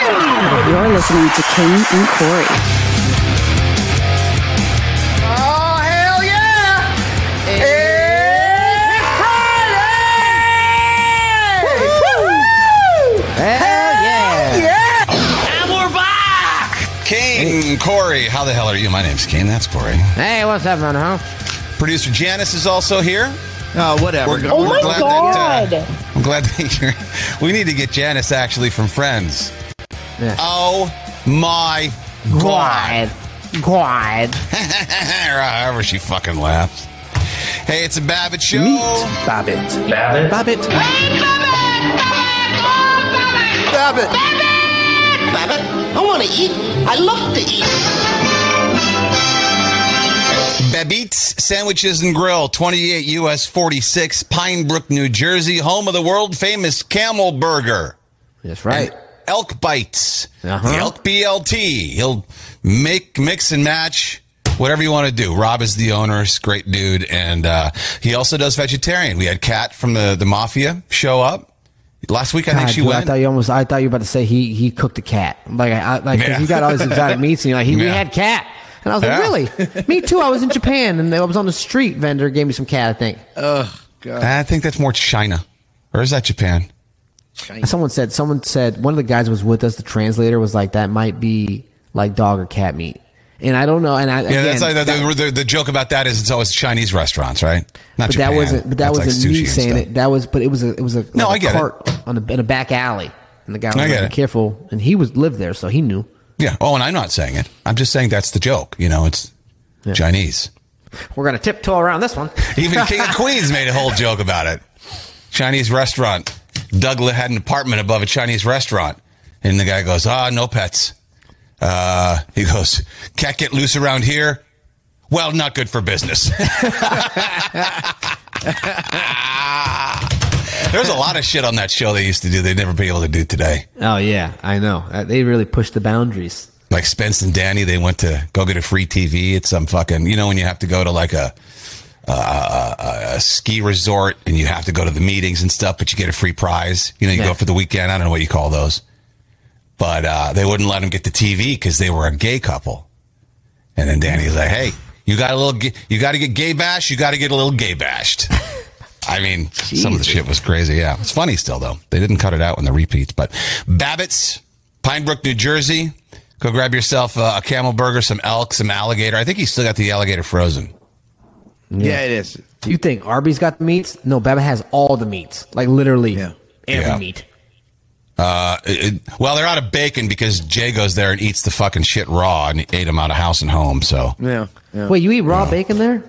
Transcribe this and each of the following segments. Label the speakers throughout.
Speaker 1: You're listening to Kane and Corey.
Speaker 2: Oh, hell yeah! It's Friday!
Speaker 3: Hell yeah.
Speaker 2: And we're back!
Speaker 4: Kane, Corey, how the hell are you? My name's Kane. That's Corey.
Speaker 3: Hey, what's up, Mono?
Speaker 4: Producer Janice is also here.
Speaker 3: Oh, whatever.
Speaker 4: We're-
Speaker 3: Go-
Speaker 4: we're
Speaker 5: my
Speaker 4: glad
Speaker 5: God.
Speaker 4: That, uh, I'm glad that you're. We need to get Janice actually from Friends.
Speaker 3: Yeah.
Speaker 4: Oh my God!
Speaker 3: God. God.
Speaker 4: or however she fucking laughs. Hey, it's a Babbitt show.
Speaker 3: Meet Babbitt. Babbitt. Babbitt.
Speaker 2: I want to eat. I love to eat.
Speaker 4: Babitte's Sandwiches and Grill, 28 US 46, Pinebrook, New Jersey, home of the world famous Camel Burger.
Speaker 3: That's right.
Speaker 4: elk bites,
Speaker 3: Uh-huh.
Speaker 4: the elk BLT. He'll make mix and match whatever you want to do. Rob is the owner, he's a great dude, and uh, he also does vegetarian. We had Kat from the the Mafia show up last week. I think
Speaker 3: God,
Speaker 4: she
Speaker 3: dude, I
Speaker 4: went.
Speaker 3: thought you almost. I thought you were about to say he he cooked a cat. Like I, I like 'cause
Speaker 4: Yeah.
Speaker 3: you got all these exotic meats and you're like he, we
Speaker 4: Yeah.
Speaker 3: had cat. And I was
Speaker 4: Yeah.
Speaker 3: like, really? Me too. I was in Japan and I was on the street vendor gave me some cat. I think
Speaker 4: I think that's more China, or is that Japan?
Speaker 3: someone said someone said one of the guys was with us. The translator was like that might be like dog or cat meat. And I don't know. And I
Speaker 4: Yeah, that's
Speaker 3: again,
Speaker 4: like the,
Speaker 3: that-
Speaker 4: the, the, the joke about that is it's always Chinese restaurants, right? Not
Speaker 3: but
Speaker 4: Japan.
Speaker 3: that wasn't. But that
Speaker 4: That's like
Speaker 3: wasn't
Speaker 4: sushi
Speaker 3: me
Speaker 4: and
Speaker 3: saying
Speaker 4: stuff.
Speaker 3: it. That was. But it was a. It was a.
Speaker 4: No,
Speaker 3: like a
Speaker 4: I get it.
Speaker 3: cart on a in a back alley, and the guy was
Speaker 4: I get
Speaker 3: like,
Speaker 4: it.
Speaker 3: "Be careful." And he was lived there, so he knew.
Speaker 4: Yeah. Oh, and I'm not saying it. I'm just saying that's the joke. You know, it's Chinese.
Speaker 3: We're gonna tiptoe around this one.
Speaker 4: Even King of Queens made a whole joke about it. Chinese restaurant. Douglas had an apartment above a Chinese restaurant. And the guy goes, ah, no pets. Uh, he goes, can't get loose around here. Well, not good for business. There's a lot of shit on that show they used to do they'd never be able to do today.
Speaker 3: Oh yeah, I know. Uh, They really pushed the boundaries.
Speaker 4: like Spence and Danny, they went to go get a free TV at some fucking, you know, when you have to go to like a, uh, a, a ski resort and you have to go to the meetings and stuff, but you get a free prize. You know, you
Speaker 3: Yeah.
Speaker 4: go for the weekend. I don't know what you call those, but uh, they wouldn't let them get the TV because they were a gay couple. And then Danny's like, "Hey, you got a little, ga- you got to get gay bashed. You got to get a little gay bashed." I mean, some of the shit was crazy. Yeah, it's funny still though. They didn't cut it out in the repeats. But Babbitt's, Pinebrook, New Jersey. Go grab yourself uh, a, a camel burger, some elk, some alligator. I think he's still got the alligator frozen.
Speaker 5: Yeah, it is.
Speaker 3: You think Arby's got the meats? No, Baba has all the meats. Like literally
Speaker 5: Yeah.
Speaker 3: every
Speaker 4: Yeah.
Speaker 3: meat.
Speaker 4: Uh, It- it- well, they're out of bacon because Jay goes there and eats the fucking shit raw and ate them out of house and home. So
Speaker 5: Yeah. yeah.
Speaker 3: Wait, you eat raw bacon there?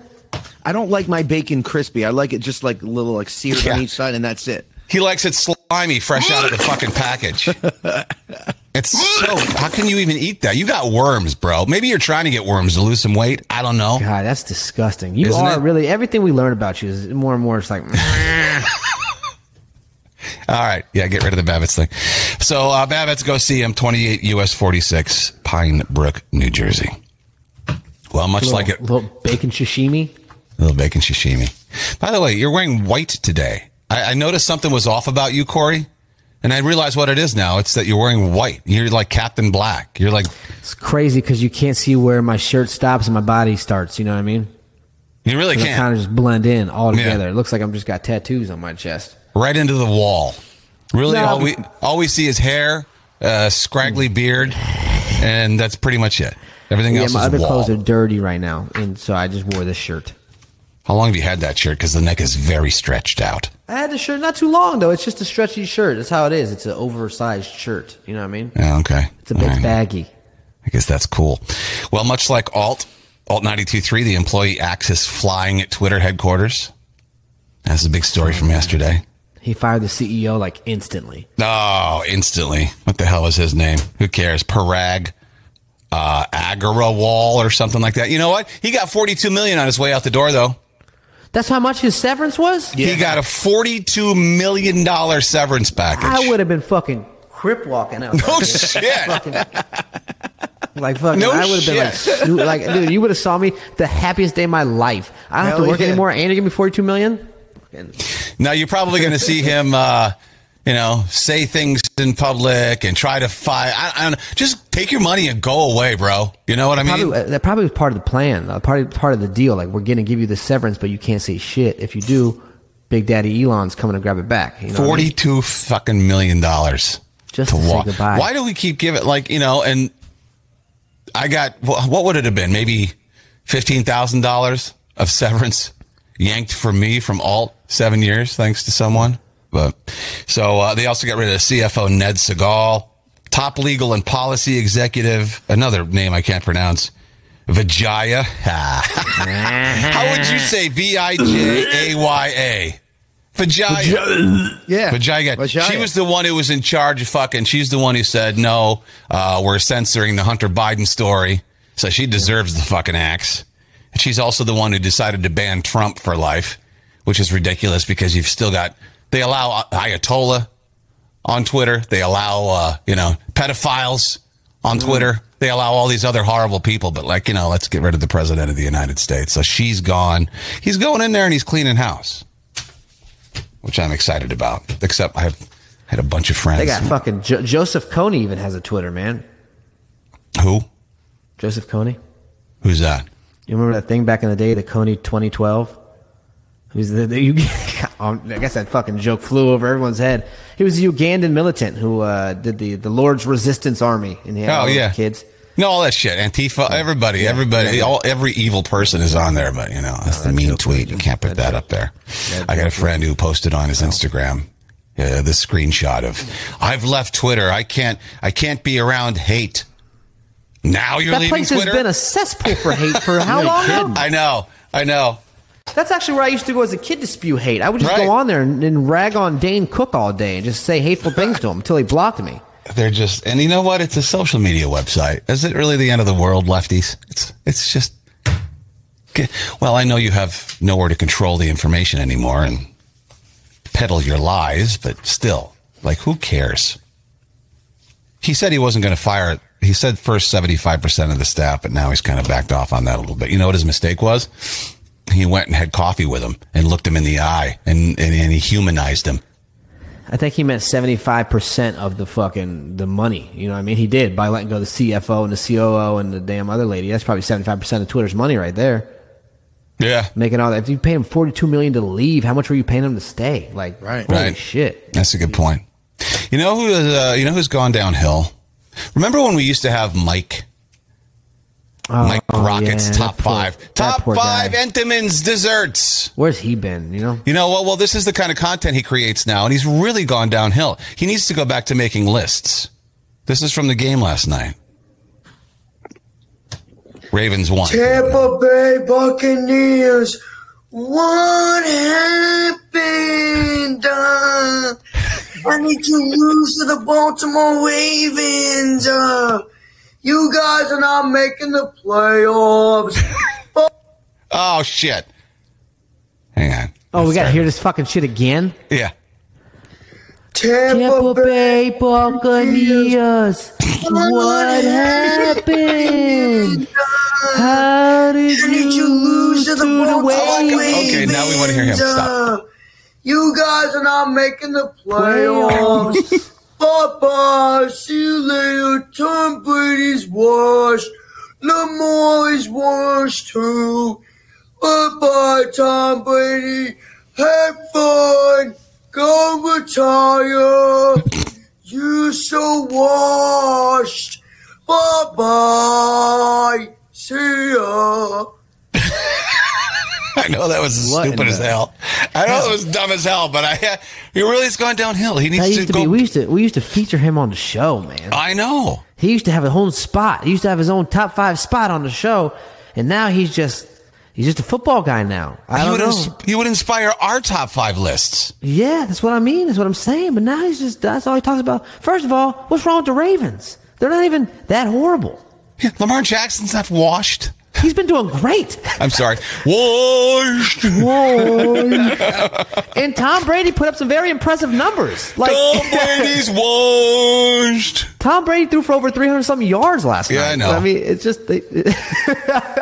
Speaker 5: I don't like my bacon crispy. I like it just like a little like seared
Speaker 4: Yeah.
Speaker 5: on each side, and that's it.
Speaker 4: he likes it slimy, fresh out of the fucking package. It's so. How can you even eat that? You got worms, bro. Maybe you're trying to get worms to lose some weight. I don't know.
Speaker 3: God, that's disgusting. You
Speaker 4: Isn't
Speaker 3: are
Speaker 4: it?
Speaker 3: really everything we learn about you is more and more. It's like
Speaker 4: All right. Yeah, get rid of the Babbitts thing. So, uh, Babbitts, go see him, 28 US 46, Pine Brook, New Jersey. Well, much like it,
Speaker 3: little bacon sashimi.
Speaker 4: little bacon sashimi. By the way, you're wearing white today. I, I noticed something was off about you, Corey, and I realize what it is now. It's that you're wearing white. You're like Captain Black. You're like,
Speaker 3: It's crazy because you can't see where my shirt stops and my body starts. You know what I mean?
Speaker 4: you really
Speaker 3: They kind
Speaker 4: can't.
Speaker 3: of just blend in all
Speaker 4: Yeah.
Speaker 3: together. It looks like I'm just got tattoos on my chest.
Speaker 4: Right into the wall. Really,
Speaker 3: No,
Speaker 4: all, we, all we see is hair, uh, scraggly beard, and that's pretty much it. Everything
Speaker 3: Yeah,
Speaker 4: else
Speaker 3: my
Speaker 4: is
Speaker 3: other
Speaker 4: wall.
Speaker 3: clothes are dirty right now, and so I just wore this shirt.
Speaker 4: How long have you had that shirt? Because the neck is very stretched out.
Speaker 3: I had the shirt not too long though. It's just a stretchy shirt. That's how it is. It's an oversized shirt. You know what I mean?
Speaker 4: Yeah, okay.
Speaker 3: It's a bit
Speaker 4: All right.
Speaker 3: baggy.
Speaker 4: I guess that's cool. Well, much like Alt, Alt 92.3, the employee axis flying at Twitter headquarters. That's a big story from yesterday.
Speaker 3: He fired the CEO like instantly.
Speaker 4: Oh, instantly. What the hell is his name? Who cares? Parag uh, Agarwal or something like that. You know what? He got 42 million on his way out the door, though.
Speaker 3: That's how much his severance was.
Speaker 4: He got a 42 million dollar severance package.
Speaker 3: I would have been fucking crip walking out.
Speaker 4: Oh shit!
Speaker 3: fucking, like fucking,
Speaker 4: No
Speaker 3: I would have been like,
Speaker 4: shit.
Speaker 3: Snoop- like, dude, you would have saw me the happiest day of my life. I don't have
Speaker 5: Hell
Speaker 3: to work
Speaker 5: yeah.
Speaker 3: anymore, and you give me forty-two million.
Speaker 4: now you're probably going to see him, uh, you know, say things in public and try to fight. I, I don't know. Just take your money and go away, bro. You know what I mean?
Speaker 3: Probably, uh, that probably was part of the plan, uh, part of, part of the deal. Like, we're going to give you the severance, but you can't say shit. If you do, Big Daddy Elon's coming to grab it back. You know what I mean?
Speaker 4: Forty-two fucking million dollars
Speaker 3: Just to say goodbye.
Speaker 4: Why do we keep giving? Like you know, and I got wh- what would it have been? Maybe fifteen thousand dollars of severance yanked from me from alt seven years, thanks to someone. But so uh, they also got rid of CFO Ned Segal, top legal and policy executive, another name I can't pronounce, Vijaya. How would you say V I J A Y A? Vijaya.
Speaker 5: Yeah.
Speaker 4: Vijaya. She was the one who was in charge of fucking. She's the one who said, no, uh, we're censoring the Hunter Biden story. So she deserves the fucking axe. And she's also the one who decided to ban Trump for life, which is ridiculous because you've still got, they allow Ayatollah on Twitter. They allow, uh, you know, pedophiles on
Speaker 3: Mm-hmm.
Speaker 4: Twitter. They allow all these other horrible people, but like, you know, let's get rid of the president of the United States. So she's gone. He's going in there and he's cleaning house which I'm excited about. Except I have had a bunch of friends.
Speaker 3: They got fucking jo- Joseph Coney even has a Twitter, man.
Speaker 4: Who?
Speaker 3: Joseph Coney.
Speaker 4: Who's that?
Speaker 3: You remember that thing back in the day, the Coney 2012? Who's the, the you, I guess that fucking joke flew over everyone's head. He was a Ugandan militant who uh, did the, the Lord's Resistance Army in the
Speaker 4: oh yeah,
Speaker 3: kids.
Speaker 4: No, all that shit. Antifa. Everybody. everybody. All every evil person is on there. But you know, that's the mean tweet. You can't put that up there. I got a friend who posted on his Instagram. Uh, this screenshot of I've left Twitter. I can't. I can't be around hate. Now you're
Speaker 3: That
Speaker 4: leaving
Speaker 3: place
Speaker 4: Twitter.
Speaker 3: has been a cesspool for hate for how long? now?
Speaker 4: I know. I know.
Speaker 3: That's actually where I used to go as a kid to spew hate. I would just
Speaker 4: Right.
Speaker 3: go on there and, and rag on Dane Cook all day and just say hateful things to him until he blocked me.
Speaker 4: They're just, and you know what? It's a social media website. Is it really the end of the world, lefties? It's, it's just. Well, I know you have nowhere to control the information anymore and peddle your lies, but still, like, who cares? He said he wasn't going to fire. He said first seventy-five percent of the staff, but now he's kind of backed off on that a little bit. You know what his mistake was? He went and had coffee with him and looked him in the eye and and, and he humanized him.
Speaker 3: I think he meant seventy five percent of the fucking the money. You know what I mean? He did by letting go the CFO and the COO and the damn other lady. That's probably seventy five percent of Twitter's money right there.
Speaker 4: Yeah,
Speaker 3: Making all that. If you paid him forty two million to leave, how much were you paying him to stay? Like
Speaker 5: Right.
Speaker 3: holy
Speaker 4: Right.
Speaker 3: shit.
Speaker 4: That's a good point. You know who is, uh, you know who's gone downhill? Remember when we used to have Mike? Mike Rockets
Speaker 3: Oh, yeah,
Speaker 4: top
Speaker 3: that poor-
Speaker 4: five,
Speaker 3: that
Speaker 4: top
Speaker 3: poor guy.
Speaker 4: five Entenmann's desserts.
Speaker 3: Where's he been? You know?
Speaker 4: You know what? Well, this is the kind of content he creates now, and he's really gone downhill. He needs to go back to making lists. This is from the game last night. Ravens won.
Speaker 6: Tampa Bay Buccaneers. What happened? Uh, I need to lose to the Baltimore Ravens. Uh, you guys are not making the playoffs.
Speaker 4: Oh shit! Hang on.
Speaker 3: Oh, we gotta hear this fucking shit again.
Speaker 4: Yeah.
Speaker 6: Tampa,
Speaker 3: Tampa Bay
Speaker 6: Bay.
Speaker 3: Buccaneers. What happened? How did
Speaker 6: I need to lose to the Baltimore Ravens.
Speaker 4: Okay, now we wanna hear him. Stop.
Speaker 6: Uh, you guys are not making the playoffs. Bye-bye. See you later. Tom Brady's washed. Lamar is washed too. Bye-bye, Tom Brady. Have fun. Go retire. you so washed. Bye-bye. See ya.
Speaker 4: I know that was
Speaker 3: What in
Speaker 4: stupid as
Speaker 3: the-
Speaker 4: hell. I know it was dumb as hell, but I he really has gone downhill. He needs
Speaker 3: That
Speaker 4: to,
Speaker 3: used to
Speaker 4: go.
Speaker 3: be. We used to we used to feature him on the show, man.
Speaker 4: I know.
Speaker 3: He used to have his own spot. He used to have his own top five spot on the show, and now he's just He's just a football guy now. I
Speaker 4: You
Speaker 3: don't
Speaker 4: would,
Speaker 3: know.
Speaker 4: ins- you would inspire our top five lists.
Speaker 3: Yeah, that's what I mean. That's what I'm saying. But now he's just, that's all he talks about. First of all, what's wrong with the Ravens? They're not even that horrible.
Speaker 4: Yeah, Lamar Jackson's not washed.
Speaker 3: He's been doing great.
Speaker 4: I'm sorry. Washed.
Speaker 3: and Tom Brady put up some very impressive numbers. Like,
Speaker 4: Tom Brady's washed.
Speaker 3: Tom Brady threw for over 300 something yards last
Speaker 4: Yeah, I
Speaker 3: night.
Speaker 4: know.
Speaker 3: I mean, it's just, they,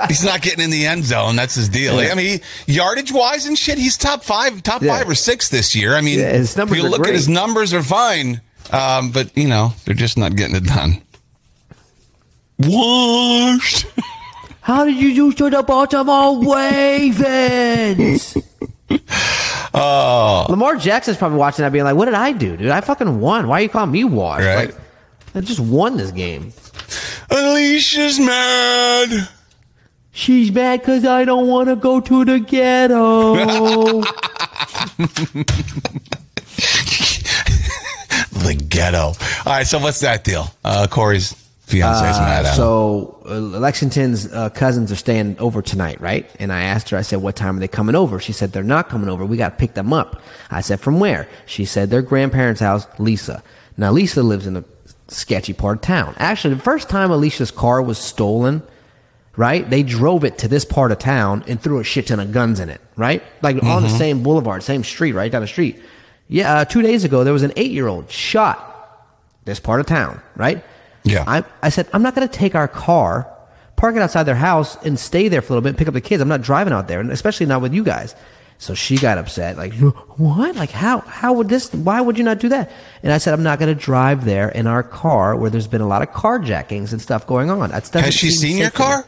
Speaker 4: He's not getting in the end zone. That's his deal. I mean, yardage wise and shit, he's top five, top
Speaker 3: Yeah.
Speaker 4: five or six this year. I mean,
Speaker 3: Yeah, his
Speaker 4: if
Speaker 3: numbers
Speaker 4: you
Speaker 3: are
Speaker 4: look at
Speaker 3: great.
Speaker 4: his numbers are fine, um, but you know they're just not getting it done. Washed.
Speaker 3: how did you do to the Baltimore Ravens? oh. Lamar Jackson's probably watching that being like, what did I do, dude? I fucking won. Why are you calling me washed?
Speaker 4: Right.
Speaker 3: Like, I just won this game.
Speaker 4: Alicia's mad.
Speaker 3: She's mad because I don't want to go to the ghetto.
Speaker 4: The ghetto. All right, so what's that deal? Uh, Corey's fiance's mad at him.
Speaker 3: Uh, so uh, Lexington's uh, cousins are staying over tonight, right? And I asked her, I said, what time are they coming over? She said, they're not coming over. We got to pick them up. I said, from where? She said, their grandparents' house, Lisa. Now, Lisa lives in a sketchy part of town. Actually, the first time Alicia's car was stolen, right? They drove it to this part of town and threw a shit ton of guns in it, right? Like on the same boulevard, same street, right down the street. Yeah, uh, two days ago there was an eight-year-old shot this part of town, right?
Speaker 4: Yeah.
Speaker 3: I, I said I'm not going to take our car, park it outside their house, and stay there for a little bit, and pick up the kids. I'm not driving out there, and especially not with you guys. So she got upset, like what? Like how? How would this? Why would you not do that? And I said I'm not going to drive there in our car where there's been a lot of carjackings and stuff going on. That's
Speaker 4: Has she seen your car?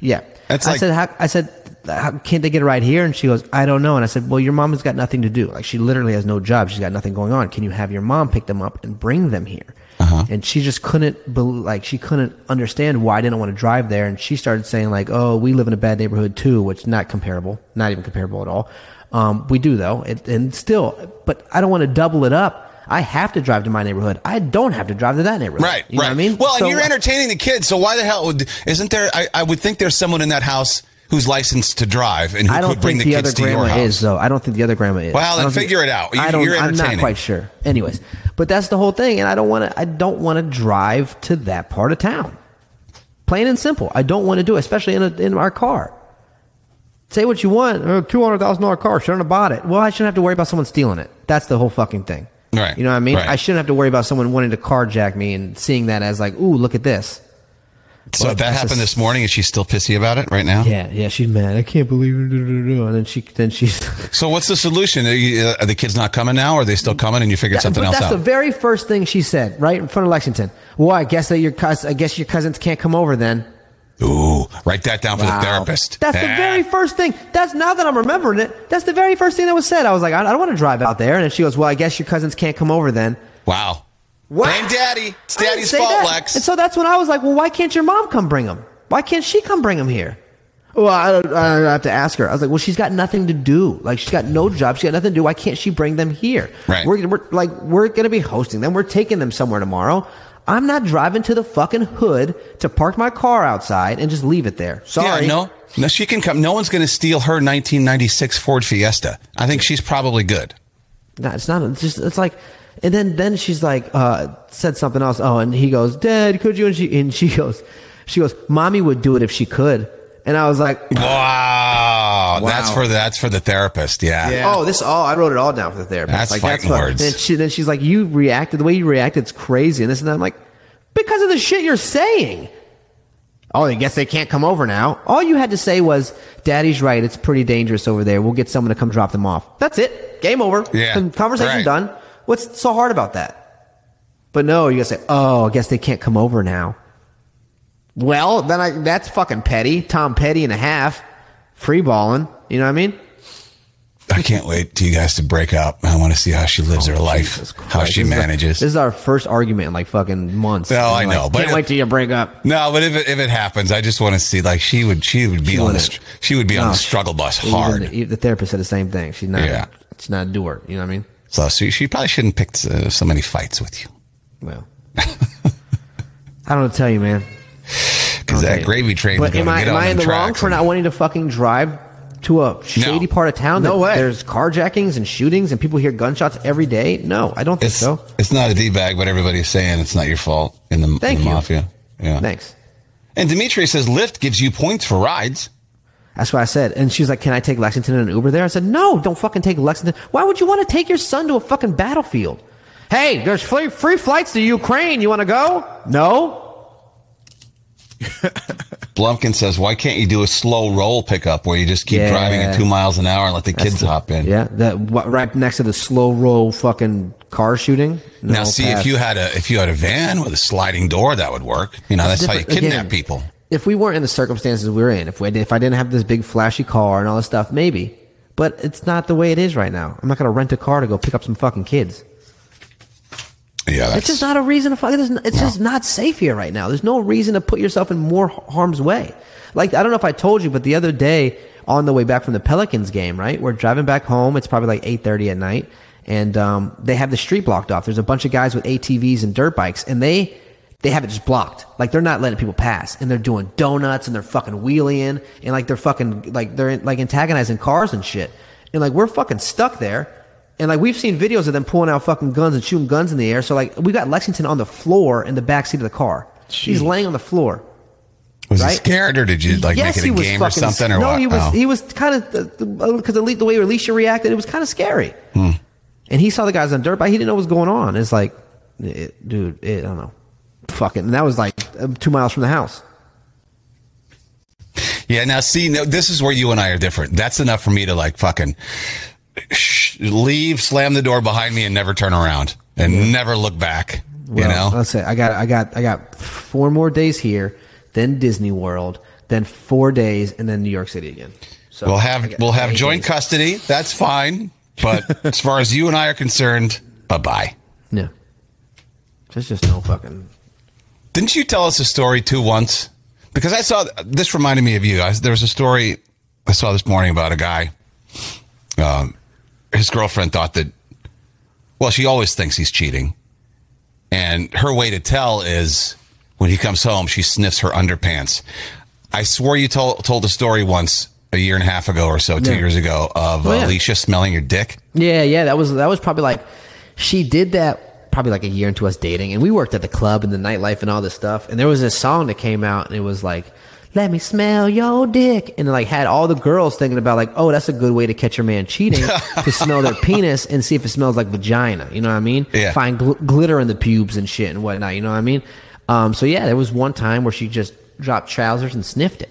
Speaker 3: yeah.
Speaker 4: That's
Speaker 3: I
Speaker 4: like-
Speaker 3: said, how, I said, how, can't they get it right here? And she goes, I don't know. And I said, well, your mom has got nothing to do. Like she literally has no job. She's got nothing going on. Can you have your mom pick them up and bring them here?
Speaker 4: Uh-huh.
Speaker 3: And she just couldn't, bel like, she couldn't understand why I didn't want to drive there. And she started saying like, oh, we live in a bad neighborhood too, which not comparable, not even comparable at all. Um, we do though. It, and still, but I don't want to double it up. I have to drive to my neighborhood. I don't have to drive to that neighborhood.
Speaker 4: Right,
Speaker 3: You know
Speaker 4: right.
Speaker 3: what I mean?
Speaker 4: well,
Speaker 3: So-
Speaker 4: and you're entertaining the kids, so why the hell would isn't there? I, I would think there's someone in that house who's licensed to drive and who
Speaker 3: I don't
Speaker 4: could bring
Speaker 3: think
Speaker 4: the,
Speaker 3: the, other
Speaker 4: kids to your
Speaker 3: grandma
Speaker 4: house.
Speaker 3: is though. I don't think the other grandma is.
Speaker 4: Well,
Speaker 3: I
Speaker 4: then
Speaker 3: don't think-
Speaker 4: figure it out. You-
Speaker 3: I don't.
Speaker 4: you're
Speaker 3: I'm not
Speaker 4: entertaining.
Speaker 3: quite sure. Anyways, but that's the whole thing, and I don't want to. I don't want to drive to that part of town. Plain and simple. I don't want to do, it, especially in a, in our car. Say what you want. Two hundred thousand dollar car. Shouldn't have bought it. Well, I shouldn't have to worry about someone stealing it. That's the whole fucking thing.
Speaker 4: Right.
Speaker 3: You know what I mean?
Speaker 4: Right.
Speaker 3: I shouldn't have to worry about someone wanting to carjack me and seeing that as like, ooh, look at this.
Speaker 4: So
Speaker 3: Well,
Speaker 4: that
Speaker 3: that's a
Speaker 4: happened
Speaker 3: s-
Speaker 4: this morning, and she's still pissy about it right now.
Speaker 3: Yeah, yeah, she's mad. I can't believe it. And then she, then she's.
Speaker 4: So what's the solution? Are, you, are the kids not coming now? Or are they still coming? And you figured something
Speaker 3: But
Speaker 4: else
Speaker 3: that's
Speaker 4: out?
Speaker 3: the very first thing she said right in front of Lexington. Well, I guess that your cous- I guess your cousins can't come over then.
Speaker 4: Ooh, write that down for
Speaker 3: Wow.
Speaker 4: the therapist.
Speaker 3: That's the
Speaker 4: Ah.
Speaker 3: very first thing. That's now that I'm remembering it. That's the very first thing that was said. I was like, I, I don't want to drive out there. And then she goes, Well, I guess your cousins can't come over then.
Speaker 4: Wow.
Speaker 3: Wow.
Speaker 4: Blame daddy. It's
Speaker 3: I didn't
Speaker 4: daddy's
Speaker 3: say
Speaker 4: fault,
Speaker 3: that.
Speaker 4: Lex.
Speaker 3: And so that's when I was like, Well, why can't your mom come bring them? Why can't she come bring them here? Well, I don't, I don't have to ask her. I was like, well, she's got nothing to do. Like, she's got no job. She got nothing to do. Why can't she bring them here?
Speaker 4: Right.
Speaker 3: We're, we're like, we're gonna be hosting them. We're taking them somewhere tomorrow. I'm not driving to the fucking hood to park my car outside and just leave it there. Sorry.
Speaker 4: Yeah, no, no, she can come. No one's going to steal her 1996 Ford Fiesta. I think she's probably good.
Speaker 3: No, it's not. It's just it's like, and then then she's like uh, said something else. Oh, and he goes, "Dad, could you?" And she and she goes, she goes, "Mommy would do it if she could." And I was like,
Speaker 4: Wow, that's
Speaker 3: Wow.
Speaker 4: for that's for the therapist. Yeah.
Speaker 3: "Oh, this all I wrote it all down for the therapist."
Speaker 4: That's
Speaker 3: like,
Speaker 4: fighting
Speaker 3: fuck-
Speaker 4: words.
Speaker 3: And she, then she's like, "You reacted the way you reacted. It's crazy." And this and that. I'm like, because of the shit you're saying. Oh, I guess they can't come over now. All you had to say was, "Daddy's right. It's pretty dangerous over there. We'll get someone to come drop them off." That's it. Game over.
Speaker 4: Yeah,
Speaker 3: Con- Conversation
Speaker 4: right.
Speaker 3: done. What's so hard about that? But no, you gotta say, "Oh, I guess they can't come over now." Well, then I, that's fucking petty. Tom Petty and a half, free balling. You know what I mean?
Speaker 4: I can't wait till you guys to break up. I want to see how she lives her
Speaker 3: Oh, Jesus
Speaker 4: life, how
Speaker 3: Christ.
Speaker 4: she
Speaker 3: This is our-
Speaker 4: manages.
Speaker 3: this is our first argument in like fucking months.
Speaker 4: No,
Speaker 3: And
Speaker 4: I
Speaker 3: we're like,
Speaker 4: know, but
Speaker 3: can't
Speaker 4: it-
Speaker 3: wait till you break up.
Speaker 4: no, but if it, if it happens, I just want to see like she would she would be on the
Speaker 3: wouldn't.
Speaker 4: str- she would be on
Speaker 3: No,
Speaker 4: the
Speaker 3: she-
Speaker 4: struggle bus
Speaker 3: Even
Speaker 4: hard.
Speaker 3: The, even the therapist said the same thing. She's not.
Speaker 4: Yeah.
Speaker 3: She's not a doer. You know what I mean?
Speaker 4: So she, she probably shouldn't pick uh, so many fights with you.
Speaker 3: Well, I don't know what to tell you, man.
Speaker 4: Good because that gravy train is
Speaker 3: But
Speaker 4: going
Speaker 3: am
Speaker 4: to
Speaker 3: I,
Speaker 4: get
Speaker 3: am
Speaker 4: on
Speaker 3: I
Speaker 4: them
Speaker 3: in the wrong
Speaker 4: tracks
Speaker 3: for
Speaker 4: and-
Speaker 3: not wanting to fucking drive to a shady part of town?
Speaker 5: No
Speaker 3: that
Speaker 5: way.
Speaker 3: There's carjackings and shootings, and people hear gunshots every day. No, I don't think
Speaker 4: It's
Speaker 3: so.
Speaker 4: it's not a d bag, but everybody's saying it's not your fault in the, in
Speaker 3: Thank
Speaker 4: the
Speaker 3: you.
Speaker 4: mafia. Yeah.
Speaker 3: Thanks.
Speaker 4: And Dimitri says Lyft gives you points for rides.
Speaker 3: That's what I said. And she's like, "Can I take Lexington in an Uber there?" I said, "No, don't fucking take Lexington. Why would you want to take your son to a fucking battlefield?" Hey, there's free free flights to Ukraine. You want to go? No.
Speaker 4: Blumpkin says, "Why can't you do a slow roll pickup where you just keep
Speaker 3: Yeah.
Speaker 4: driving at two miles an hour and let the kids hop in?"
Speaker 3: Yeah, that what, right next to the slow roll fucking car shooting. No,
Speaker 4: now, see
Speaker 3: pass.
Speaker 4: if you had a if you had a van with a sliding door, that would work. You know, that's, how you
Speaker 3: different.
Speaker 4: kidnap
Speaker 3: Again,
Speaker 4: people.
Speaker 3: If we weren't in the circumstances we were in, if we, if I didn't have this big flashy car and all this stuff, maybe. But it's not the way it is right now. I'm not gonna rent a car to go pick up some fucking kids.
Speaker 4: Yeah, that's
Speaker 3: It's just not a reason to fucking. It's not- it's just not safe here right now. There's no reason to put yourself in more h- harm's way. Like I don't know if I told you, but the other day on the way back from the Pelicans game, right, we're driving back home. It's probably like eight thirty at night, and um, they have the street blocked off. There's a bunch of guys with ATVs and dirt bikes, and they they have it just blocked. Like they're not letting people pass, and they're doing donuts and they're fucking wheeling, and like they're fucking like they're like antagonizing cars and shit, and like we're fucking stuck there. And like we've seen videos of them pulling out fucking guns and shooting guns in the air. So like we got Lexington on the floor in the back seat of the car. He's laying on the floor.
Speaker 4: was he
Speaker 3: right?
Speaker 4: scared, or did you like
Speaker 3: yes,
Speaker 4: make
Speaker 3: he
Speaker 4: it a
Speaker 3: was
Speaker 4: game or
Speaker 3: fucking.
Speaker 4: something, or
Speaker 3: no,
Speaker 4: what?
Speaker 3: he was.
Speaker 4: Oh.
Speaker 3: He was kind of because the, the way Alicia reacted, it was kind of scary.
Speaker 4: Hmm.
Speaker 3: And he saw the guys on dirt bike. He didn't know what was going on. It's like, it, dude, it, I don't know, fucking. And that was like um, two miles from the house.
Speaker 4: Yeah, now see, no, this is where you and I are different. That's enough for me to like fucking sh- leave, slam the door behind me, and never turn around and never look back. you
Speaker 3: Well,
Speaker 4: know,
Speaker 3: let's say I got I got I got four more days here, then Disney World, then four days, and then New York City again. So
Speaker 4: we'll
Speaker 3: I
Speaker 4: have
Speaker 3: got
Speaker 4: we'll have
Speaker 3: eight
Speaker 4: joint
Speaker 3: days.
Speaker 4: custody. That's fine. But as far as you and I are concerned, bye bye.
Speaker 3: Yeah. There's just no fucking.
Speaker 4: Didn't you tell us a story too once? Because I saw this reminded me of you. I, there was a story I saw this morning about a guy. Um, his girlfriend thought that. Well, she always thinks he's cheating, and her way to tell is when he comes home, she sniffs her underpants. I swore you told told a story once a year and a half ago or so, two
Speaker 3: Yeah.
Speaker 4: years ago, of
Speaker 3: Oh, yeah.
Speaker 4: Alicia smelling your dick.
Speaker 3: Yeah, yeah. That was that was probably like she did that probably like a year into us dating, and we worked at the club and the nightlife and all this stuff. And there was this song that came out, and it was like, "Let me smell your dick," and it like had all the girls thinking about like, "Oh, that's a good way to catch your man cheating to smell their penis and see if it smells like vagina." You know what I mean?
Speaker 4: Yeah.
Speaker 3: Find gl- glitter in the pubes and shit and whatnot. You know what I mean? Um, so yeah, there was one time where she just dropped trousers and sniffed it.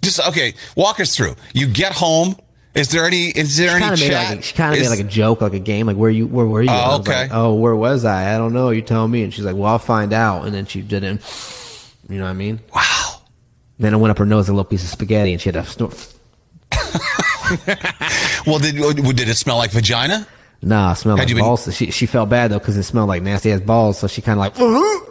Speaker 4: Just okay. Walk us through. You get home. Is there any? Is there
Speaker 3: She
Speaker 4: any
Speaker 3: kind of made
Speaker 4: chat?
Speaker 3: like a, she kind of made
Speaker 4: Is-
Speaker 3: like a joke, like a game, like where you where were you?
Speaker 4: Oh,
Speaker 3: And I was
Speaker 4: okay.
Speaker 3: like, oh, where was I? I don't know. You tell me. And she's like, well, I'll find out. And then she didn't. You know what I mean?
Speaker 4: wow.
Speaker 3: Then it went up her nose a little piece of spaghetti, and she had to snort.
Speaker 4: Well, did did it smell like vagina?
Speaker 3: Nah, it smelled
Speaker 4: Had you
Speaker 3: like
Speaker 4: been-
Speaker 3: balls. She she felt bad though because it smelled like nasty ass balls. So she kind of like,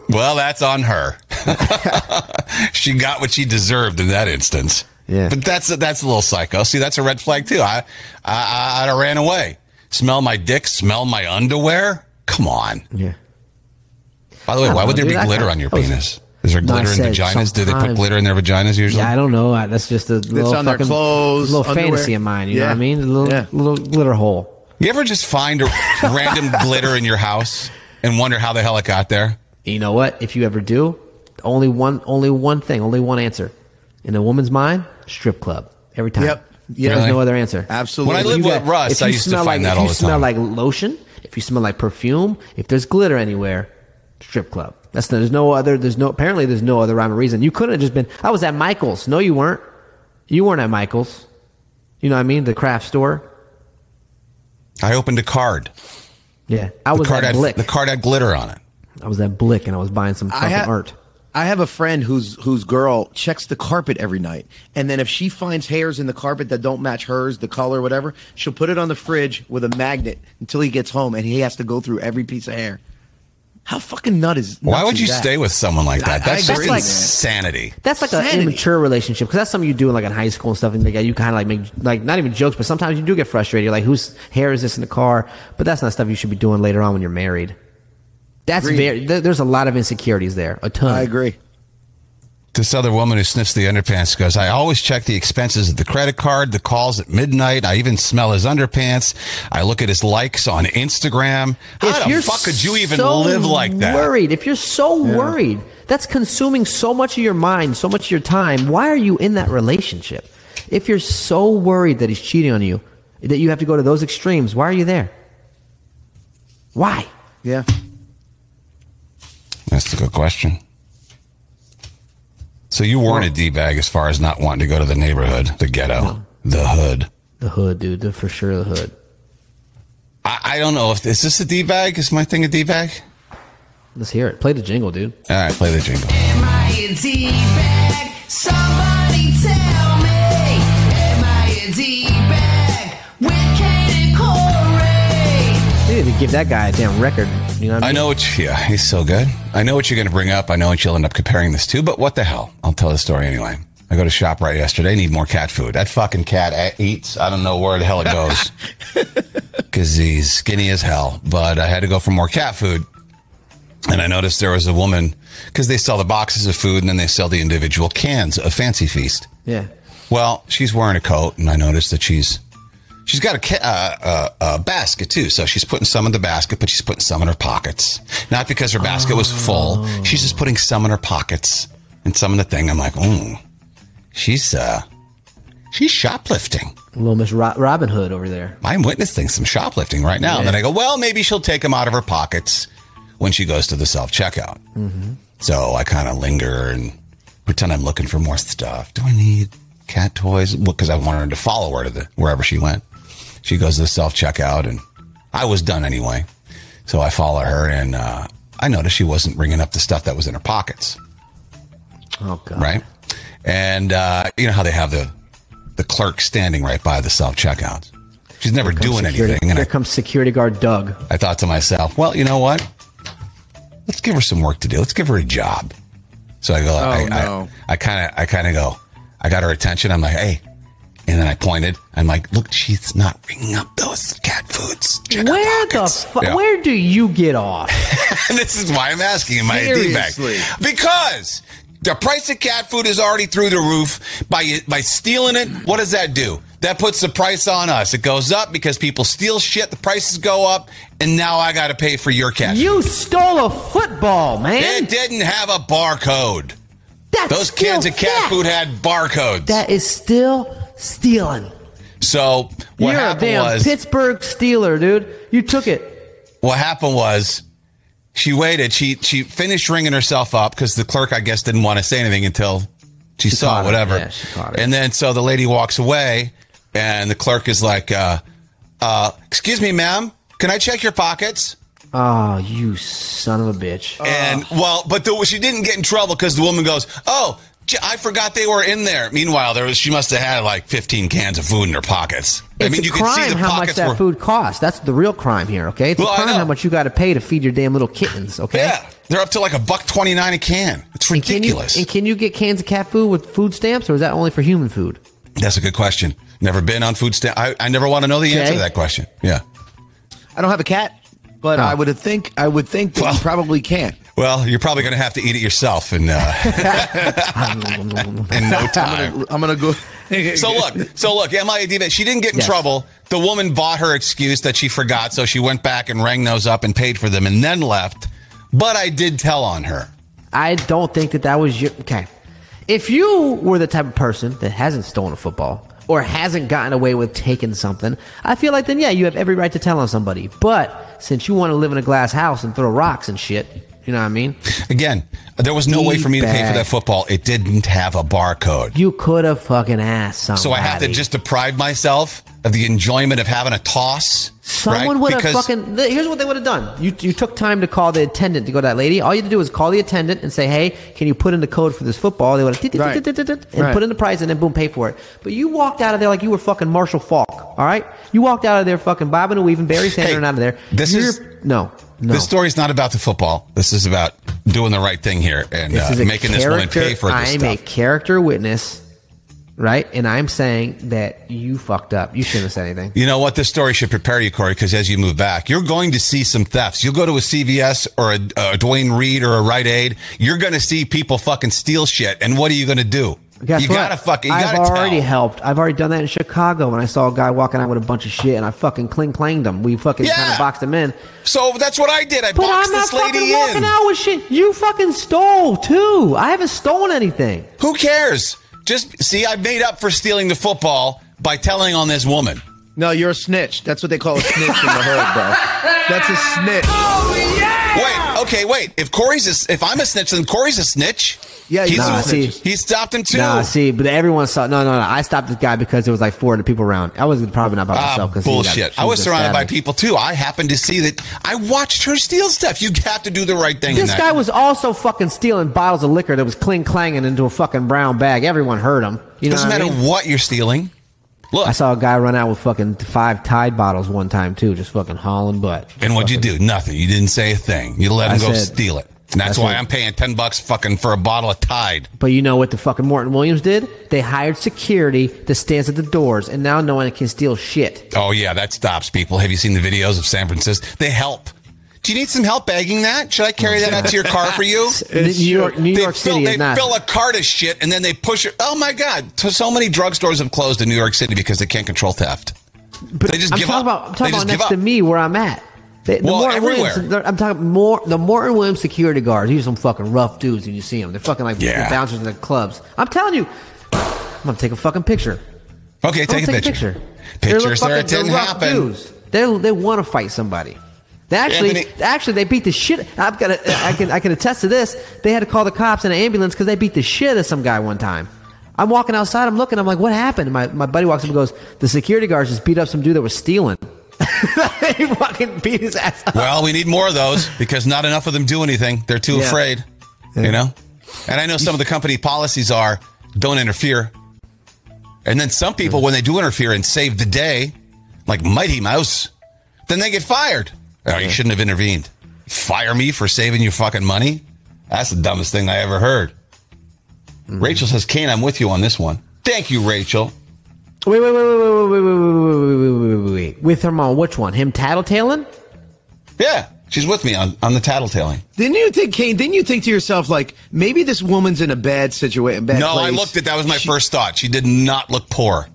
Speaker 4: Well, that's on her. she got what she deserved in that instance.
Speaker 3: Yeah.
Speaker 4: but that's a, that's a little psycho. See, that's a red flag too. I I I- I'd have ran away. Smell my dick. Smell my underwear. Come on.
Speaker 3: yeah.
Speaker 4: By the way,
Speaker 3: I
Speaker 4: why
Speaker 3: don't
Speaker 4: would there
Speaker 3: know,
Speaker 4: be
Speaker 3: dude. I-
Speaker 4: glitter on your
Speaker 3: I was-
Speaker 4: penis? Is there
Speaker 3: No, I
Speaker 4: glitter in
Speaker 3: said
Speaker 4: vaginas? Do they put
Speaker 3: sometimes-
Speaker 4: glitter in their vaginas usually?
Speaker 3: Yeah, I don't know. I- That's just a little
Speaker 5: on their
Speaker 3: fucking
Speaker 5: clothes,
Speaker 3: little
Speaker 5: underwear.
Speaker 3: fantasy of mine. You know
Speaker 5: Yeah.
Speaker 3: what I mean? A little
Speaker 5: Yeah.
Speaker 3: little glitter hole.
Speaker 4: You ever just find a random glitter in your house and wonder how the hell it got there?
Speaker 3: You know what? If you ever do, only one only one thing, only one answer. In a woman's mind, strip club every time.
Speaker 5: Yep. Yeah.
Speaker 3: There's no
Speaker 4: Really?
Speaker 3: other answer.
Speaker 5: Absolutely.
Speaker 4: When I
Speaker 3: If
Speaker 4: lived
Speaker 3: you
Speaker 4: with
Speaker 3: got-
Speaker 4: Russ,
Speaker 3: if
Speaker 4: I
Speaker 3: you
Speaker 4: used to
Speaker 3: smell
Speaker 4: find
Speaker 3: like-
Speaker 4: that all the time.
Speaker 3: If you smell like lotion, if you smell like perfume, if there's glitter anywhere, strip club. That's there's no other. There's no apparently there's no other rhyme or reason. You could have just been. I was at Michaels. No, you weren't. You weren't at Michaels. You know what I mean? The craft store.
Speaker 4: I opened a card.
Speaker 3: Yeah, I
Speaker 4: The
Speaker 3: was
Speaker 4: card
Speaker 3: at
Speaker 4: had,
Speaker 3: Blick.
Speaker 4: The card had glitter on it.
Speaker 3: I was at Blick, and I was buying some fucking
Speaker 5: ha-
Speaker 3: art.
Speaker 5: I have a friend whose whose girl checks the carpet every night, and then if she finds hairs in the carpet that don't match hers, the color, whatever, she'll put it on the fridge with a magnet until he gets home, and he has to go through every piece of hair. How fucking nut is?
Speaker 4: Why
Speaker 5: nuts
Speaker 4: would
Speaker 5: is
Speaker 4: you
Speaker 5: that?
Speaker 4: stay with someone like that?
Speaker 5: I- I
Speaker 4: That's,
Speaker 5: agree. That's like-
Speaker 4: insanity.
Speaker 3: That's like an
Speaker 5: Sanity.
Speaker 3: immature relationship because that's something you do in like in high school and stuff, and like, you kind of like make like not even jokes, but sometimes you do get frustrated. You're like, whose hair is this in the car? But that's not stuff you should be doing later on when you're married. That's
Speaker 5: Agreed.
Speaker 3: very. Th- there's a lot of insecurities there. A ton.
Speaker 5: I agree.
Speaker 4: This other woman who sniffs the underpants goes, I always check the expenses of the credit card, the calls at midnight. I even smell his underpants. I look at his likes on Instagram. How the fuck could you even
Speaker 3: so
Speaker 4: live like that?
Speaker 3: Worried. If you're so worried, that's consuming so much of your mind, so much of your time. Why are you in that relationship? If you're so worried that he's cheating on you, that you have to go to those extremes, why are you there? Why?
Speaker 5: Yeah.
Speaker 4: That's a good question. So you weren't a D bag as far as not wanting to go to the neighborhood, the ghetto, the hood.
Speaker 3: The hood, dude. The, for sure, the hood.
Speaker 4: I, I don't know if is this a D bag? Is my thing a D bag?
Speaker 3: Let's hear it. Play the jingle, dude.
Speaker 4: All right, play the jingle.
Speaker 7: Am I a D-bag? Somebody tell me. Am I a D-bag? With Kate and Corey.
Speaker 3: You need to give that guy a damn record. You know what I
Speaker 4: I
Speaker 3: mean?
Speaker 4: know what. You, yeah, he's so good. I know what you're going to bring up. I know what you'll end up comparing this to. But what the hell? I'll tell the story anyway. I go to shop right yesterday. Need more cat food. That fucking cat a- eats. I don't know where the hell it goes because he's skinny as hell. But I had to go for more cat food. And I noticed there was a woman because they sell the boxes of food and then they sell the individual cans of Fancy Feast.
Speaker 3: Yeah.
Speaker 4: Well, she's wearing a coat, and I noticed that she's she's got a ca- uh, uh, a basket too. So she's putting some in the basket, but she's putting some in her pockets. Not because her basket was full. She's just putting some in her pockets and some in the thing. I'm like, ooh, she's uh, she's shoplifting.
Speaker 3: Little Miss Ro- Robin Hood over there.
Speaker 4: I'm witnessing some shoplifting right now. Then I go, well, maybe she'll take them out of her pockets when she goes to the self checkout.
Speaker 3: Mm-hmm.
Speaker 4: So I kind of linger and pretend I'm looking for more stuff. Do I need cat toys? Because I wanted to follow her to the wherever she went. She goes to the self checkout, and I was done anyway. So I follow her, and uh, I noticed she wasn't bringing up the stuff that was in her pockets
Speaker 3: Oh, God.
Speaker 4: right? And uh, you know how they have the the clerk standing right by the self checkout. She's never doing
Speaker 3: Security-
Speaker 4: anything. And
Speaker 3: Here
Speaker 4: I,
Speaker 3: comes security guard Doug.
Speaker 4: I thought to myself, well, you know what? Let's give her some work to do. Let's give her a job. So I
Speaker 3: Oh,
Speaker 4: go, I,
Speaker 5: no.
Speaker 4: I kind of, I kind of go, I got her attention. I'm like, hey, and then I pointed. I'm like, look, she's not ringing up those cat foods. Check her
Speaker 3: Where the
Speaker 4: pockets.
Speaker 3: fuck?
Speaker 4: Yeah.
Speaker 3: Where do you get off?
Speaker 4: And this is why I'm asking you, my D bag.
Speaker 5: Seriously.
Speaker 4: Because the price of cat food is already through the roof. By by stealing it, what does that do? That puts the price on us. It goes up because people steal shit. The prices go up, and now I got to pay for your cat. food.
Speaker 3: You stole a football, man.
Speaker 4: it didn't have a barcode.
Speaker 3: That's
Speaker 4: Those cans
Speaker 3: still
Speaker 4: of cat
Speaker 3: theft.
Speaker 4: food had barcodes.
Speaker 3: That is still stealing.
Speaker 4: so
Speaker 3: You're
Speaker 4: what
Speaker 3: a
Speaker 4: happened
Speaker 3: damn
Speaker 4: was
Speaker 3: Pittsburgh Steeler, dude. You took it.
Speaker 4: what happened was she waited. She she finished ringing herself up because the clerk, I guess, didn't want to say anything until she, saw
Speaker 3: caught
Speaker 4: it,
Speaker 3: it.
Speaker 4: whatever.
Speaker 3: Yeah, she caught it.
Speaker 4: And then so the lady walks away, and the clerk is like, uh, uh, "Excuse me, ma'am, can I check your pockets?"
Speaker 3: Oh, you son of a bitch.
Speaker 4: And well, but the, she didn't get in trouble because the woman goes, "Oh." j- I forgot they were in there. Meanwhile, there was she must have had like 15 cans of food in her pockets. I
Speaker 3: it's
Speaker 4: mean,
Speaker 3: a
Speaker 4: you could
Speaker 3: crime
Speaker 4: see the
Speaker 3: how much
Speaker 4: pockets
Speaker 3: that
Speaker 4: were
Speaker 3: food costs. That's the real crime here, okay? It's
Speaker 4: Well,
Speaker 3: a
Speaker 4: I
Speaker 3: crime
Speaker 4: know.
Speaker 3: how much you got to pay to feed your damn little kittens, okay?
Speaker 4: Yeah, they're up to like a buck 29 a can. It's
Speaker 3: And can, you,
Speaker 4: ridiculous.
Speaker 3: and can you get cans of cat food with food stamps, or is that only for human food?
Speaker 4: That's a good question. Never been on food stamp. I, I never want to know the answer
Speaker 3: Okay.
Speaker 4: to that question. Yeah.
Speaker 5: I don't have a cat, but I would think I would think that you probably can't.
Speaker 4: Well, you're probably going to have to eat it yourself in, uh, in no time.
Speaker 5: I'm gonna go.
Speaker 4: So look, so look, Mia Diva, she didn't get in
Speaker 3: Yes.
Speaker 4: trouble. The woman bought her excuse that she forgot, so she went back and rang those up and paid for them and then left. But I did tell on her.
Speaker 3: I don't think that that was your. Okay. If you were the type of person that hasn't stolen a football or hasn't gotten away with taking something, I feel like then, yeah, you have every right to tell on somebody. But since you want to live in a glass house and throw rocks and shit, you know what I mean?
Speaker 4: Again, there was no way for me to pay for
Speaker 3: D-bag.
Speaker 4: that football. It didn't have a barcode.
Speaker 3: You could have fucking asked somebody.
Speaker 4: So I have to just deprive myself of the enjoyment of having a toss.
Speaker 3: Someone
Speaker 4: right?
Speaker 3: would have
Speaker 4: Because-
Speaker 3: fucking. th- Here's what they would have done. You, you took time to call the attendant to go to that lady. All you had to do was call the attendant and say, hey, can you put in the code for this football? They would have.
Speaker 5: Right.
Speaker 3: And
Speaker 5: Right.
Speaker 3: put in the price and then boom, pay for it. But you walked out of there like you were fucking Marshall Falk. All right? You walked out of there fucking bobbing and weaving, Barry Sanders and out of there.
Speaker 4: this
Speaker 3: You're,
Speaker 4: is-
Speaker 3: No. No.
Speaker 4: This story's not about the football. This is about doing the right thing here and uh,
Speaker 3: a
Speaker 4: making this woman
Speaker 3: character-
Speaker 4: pay for this
Speaker 3: I'm a
Speaker 4: stuff.
Speaker 3: character witness right? And I'm saying that you fucked up. You shouldn't have said anything.
Speaker 4: You know what? This story should prepare you, Corey, because as you move back, you're going to see some thefts. You'll go to a CVS or a, a Dwayne Reed or a Rite Aid. You're going to see people fucking steal shit. And what are you going to do?
Speaker 3: Guess
Speaker 4: you
Speaker 3: what?
Speaker 4: gotta fucking. You
Speaker 3: I've
Speaker 4: gotta
Speaker 3: already
Speaker 4: tell.
Speaker 3: helped. I've already done that in Chicago when I saw a guy walking out with a bunch of shit and I fucking cling clanged him. We fucking
Speaker 4: Yeah.
Speaker 3: kind of boxed him in.
Speaker 4: So that's what I did. I
Speaker 3: But
Speaker 4: boxed
Speaker 3: I'm not
Speaker 4: this
Speaker 3: fucking
Speaker 4: lady
Speaker 3: walking
Speaker 4: in.
Speaker 3: out with shit. You fucking stole too. I haven't stolen anything.
Speaker 4: Who cares? Just see, I made up for stealing the football by telling on this woman.
Speaker 5: No, you're a snitch. That's what they call a snitch in the hood, bro. That's a snitch.
Speaker 4: Wait, okay, wait. If Corey's a, s- if I'm a snitch, then Corey's a snitch.
Speaker 5: Yeah,
Speaker 4: he's
Speaker 5: he's
Speaker 3: Nah,
Speaker 4: a
Speaker 5: a
Speaker 3: see,
Speaker 5: snitch.
Speaker 4: snitch. He stopped him too.
Speaker 3: Nah, see, but everyone saw. No, no, no. I stopped this guy because there was like four other people around. I was probably not by
Speaker 4: Ah,
Speaker 3: myself. because
Speaker 4: bullshit. I was surrounded by people too. I happened to see that. I watched her steal stuff. You have to do the right thing. in
Speaker 3: This
Speaker 4: that.
Speaker 3: guy was also fucking stealing bottles of liquor that was cling clanging into a fucking brown bag. Everyone heard him. You know
Speaker 4: Doesn't
Speaker 3: what I
Speaker 4: matter
Speaker 3: mean?
Speaker 4: what you're stealing. Look,
Speaker 3: I saw a guy run out with fucking five Tide bottles one time too, just fucking hauling butt.
Speaker 4: and what'd you do? Nothing. You didn't say a thing. You let
Speaker 3: I
Speaker 4: him go
Speaker 3: said-
Speaker 4: steal it. And that's
Speaker 3: I
Speaker 4: why
Speaker 3: said-
Speaker 4: I'm paying ten bucks fucking for a bottle of Tide.
Speaker 3: But you know what the fucking Morton Williams did? They hired security that stands at the doors, and now no one can steal shit.
Speaker 4: Oh yeah, that stops people. Have you seen the videos of San Francisco? They help. Do you need some help bagging that? Should I carry that out to your car for you?
Speaker 3: New York, New York
Speaker 4: fill,
Speaker 3: City
Speaker 4: they
Speaker 3: is not.
Speaker 4: fill a cart of shit and then they push it. Oh my God. So, so many drugstores have closed in New York City because they can't control theft.
Speaker 3: But
Speaker 4: They just
Speaker 3: I'm
Speaker 4: give
Speaker 3: talking
Speaker 4: up.
Speaker 3: about I'm
Speaker 4: They
Speaker 3: talking
Speaker 4: just
Speaker 3: about
Speaker 4: give
Speaker 3: next to
Speaker 4: up.
Speaker 3: me where I'm at. The, the
Speaker 4: Well,
Speaker 3: Morton
Speaker 4: everywhere.
Speaker 3: Williams, they're- I'm talking more the Morton Williams security guards. These are some fucking rough dudes, and you see them. They're fucking like
Speaker 4: Yeah.
Speaker 3: the bouncers in the clubs. I'm telling you, I'm gonna take a fucking picture.
Speaker 4: Okay,
Speaker 3: I'm
Speaker 4: take a,
Speaker 3: gonna
Speaker 4: picture.
Speaker 3: They're
Speaker 4: Pictures
Speaker 3: fucking-
Speaker 4: there. It
Speaker 3: they're
Speaker 4: didn't
Speaker 3: rough
Speaker 4: happen.
Speaker 3: dudes. They they want to fight somebody. They actually,
Speaker 4: Anthony-
Speaker 3: actually, they beat the shit. I've got. A, I can. I can attest to this. They had to call the cops and an ambulance because they beat the shit out of some guy one time. I'm walking outside. I'm looking. I'm like, what happened? My my buddy walks up and goes, the security guards just beat up some dude that was stealing. he fucking beat his ass up.
Speaker 4: Well, we need more of those because not enough of them do anything. They're too
Speaker 3: Yeah.
Speaker 4: afraid, you know? And I know some of the company policies are don't interfere. And then some people, when they do interfere and save the day, like Mighty Mouse, then they get fired. Oh, you shouldn't have intervened. Fire me for saving your fucking money? That's the dumbest thing I ever heard.
Speaker 3: Hmm.
Speaker 4: Rachel says, Kane, I'm with you on this one. Thank you, Rachel.
Speaker 3: Wait, wait, wait, wait, wait, wait, wait, wait, wait, wait, wait, wait, wait, wait. With him on which one? Him tattletaling?
Speaker 4: Yeah, she's with me on, on the tattletaling.
Speaker 5: Didn't you think, Kane? Didn't you think to yourself, like, maybe this woman's in a bad situation? Bad
Speaker 4: No, I
Speaker 5: place.
Speaker 4: looked at that was my first thought. She did not look poor.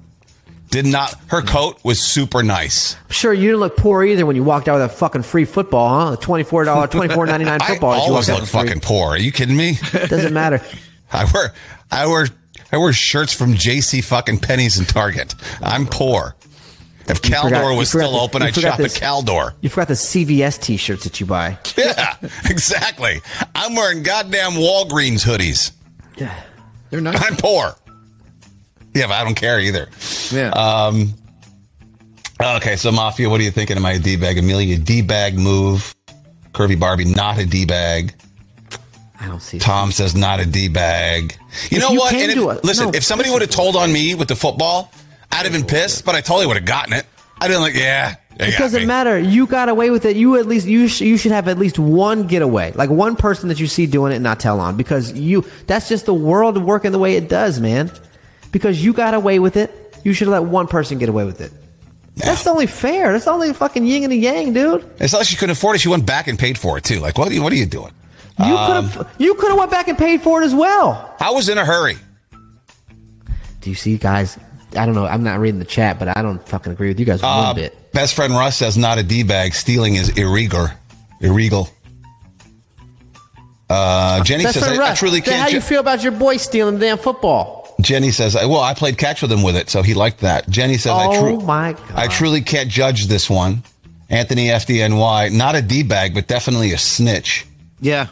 Speaker 4: Did not her coat was super nice.
Speaker 3: I'm sure you didn't look poor either when you walked out with a fucking free football, huh? A twenty four dollar, twenty four ninety nine football.
Speaker 4: I
Speaker 3: that you walked
Speaker 4: always
Speaker 3: out
Speaker 4: look
Speaker 3: with free.
Speaker 4: fucking poor. Are you kidding me?
Speaker 3: Doesn't matter.
Speaker 4: I wear I wear I wear shirts from JC fucking pennies and Target. I'm poor. If Caldor
Speaker 3: forgot- you
Speaker 4: was
Speaker 3: forgot
Speaker 4: still
Speaker 3: this-
Speaker 4: open,
Speaker 3: you
Speaker 4: I'd
Speaker 3: forgot
Speaker 4: shop
Speaker 3: this.
Speaker 4: at Caldor.
Speaker 3: You forgot the CVS T-shirts that you buy.
Speaker 4: Yeah, exactly. I'm wearing goddamn Walgreens hoodies.
Speaker 5: They're not.
Speaker 4: I'm poor. Yeah, but I don't care either.
Speaker 5: Yeah.
Speaker 4: Um, okay, so Mafia, what are you thinking of my D bag? Amelia, D bag move. Curvy Barbie, not a D bag.
Speaker 3: I don't see.
Speaker 4: Tom says not a D bag. You
Speaker 3: If
Speaker 4: know
Speaker 3: you
Speaker 4: what?
Speaker 3: can
Speaker 4: And if-
Speaker 3: do it-
Speaker 4: listen,
Speaker 3: no,
Speaker 4: if somebody would have told on me with the football, I'd have been pissed, but I totally would have gotten it. I didn't like, yeah. they
Speaker 3: It
Speaker 4: got
Speaker 3: doesn't
Speaker 4: me.
Speaker 3: matter. You got away with it. You at least you sh- you should have at least one getaway, like one person that you see doing it and not tell on, because you that's just the world working the way it does, man. Because you got away with it, you should let one person get away with it. That's only fair. That's only fucking yin and the yang, dude.
Speaker 4: It's not like she couldn't afford it. She went back and paid for it, too. Like, what, are you- what are you doing?
Speaker 3: You
Speaker 4: Um,
Speaker 3: could have you could have went back and paid for it as well.
Speaker 4: I was in a hurry.
Speaker 3: Do you see, guys? I don't know. I'm not reading the chat, but I don't fucking agree with you guys
Speaker 4: Uh,
Speaker 3: one bit.
Speaker 4: Best friend Russ says not a D bag. Stealing is irregular. Irregal. Uh, Jenny
Speaker 3: That's
Speaker 4: says I, I truly
Speaker 3: How
Speaker 4: can't.
Speaker 3: you
Speaker 4: ju-
Speaker 3: feel about your boy stealing the damn football?
Speaker 4: Jenny says, I- "Well, I played catch with him with it, so he liked that." Jenny says, "I
Speaker 3: Oh
Speaker 4: tru-
Speaker 3: my
Speaker 4: I
Speaker 3: God.
Speaker 4: truly can't judge this one." Anthony FDNY, not a D bag, but definitely a snitch.
Speaker 5: yeah.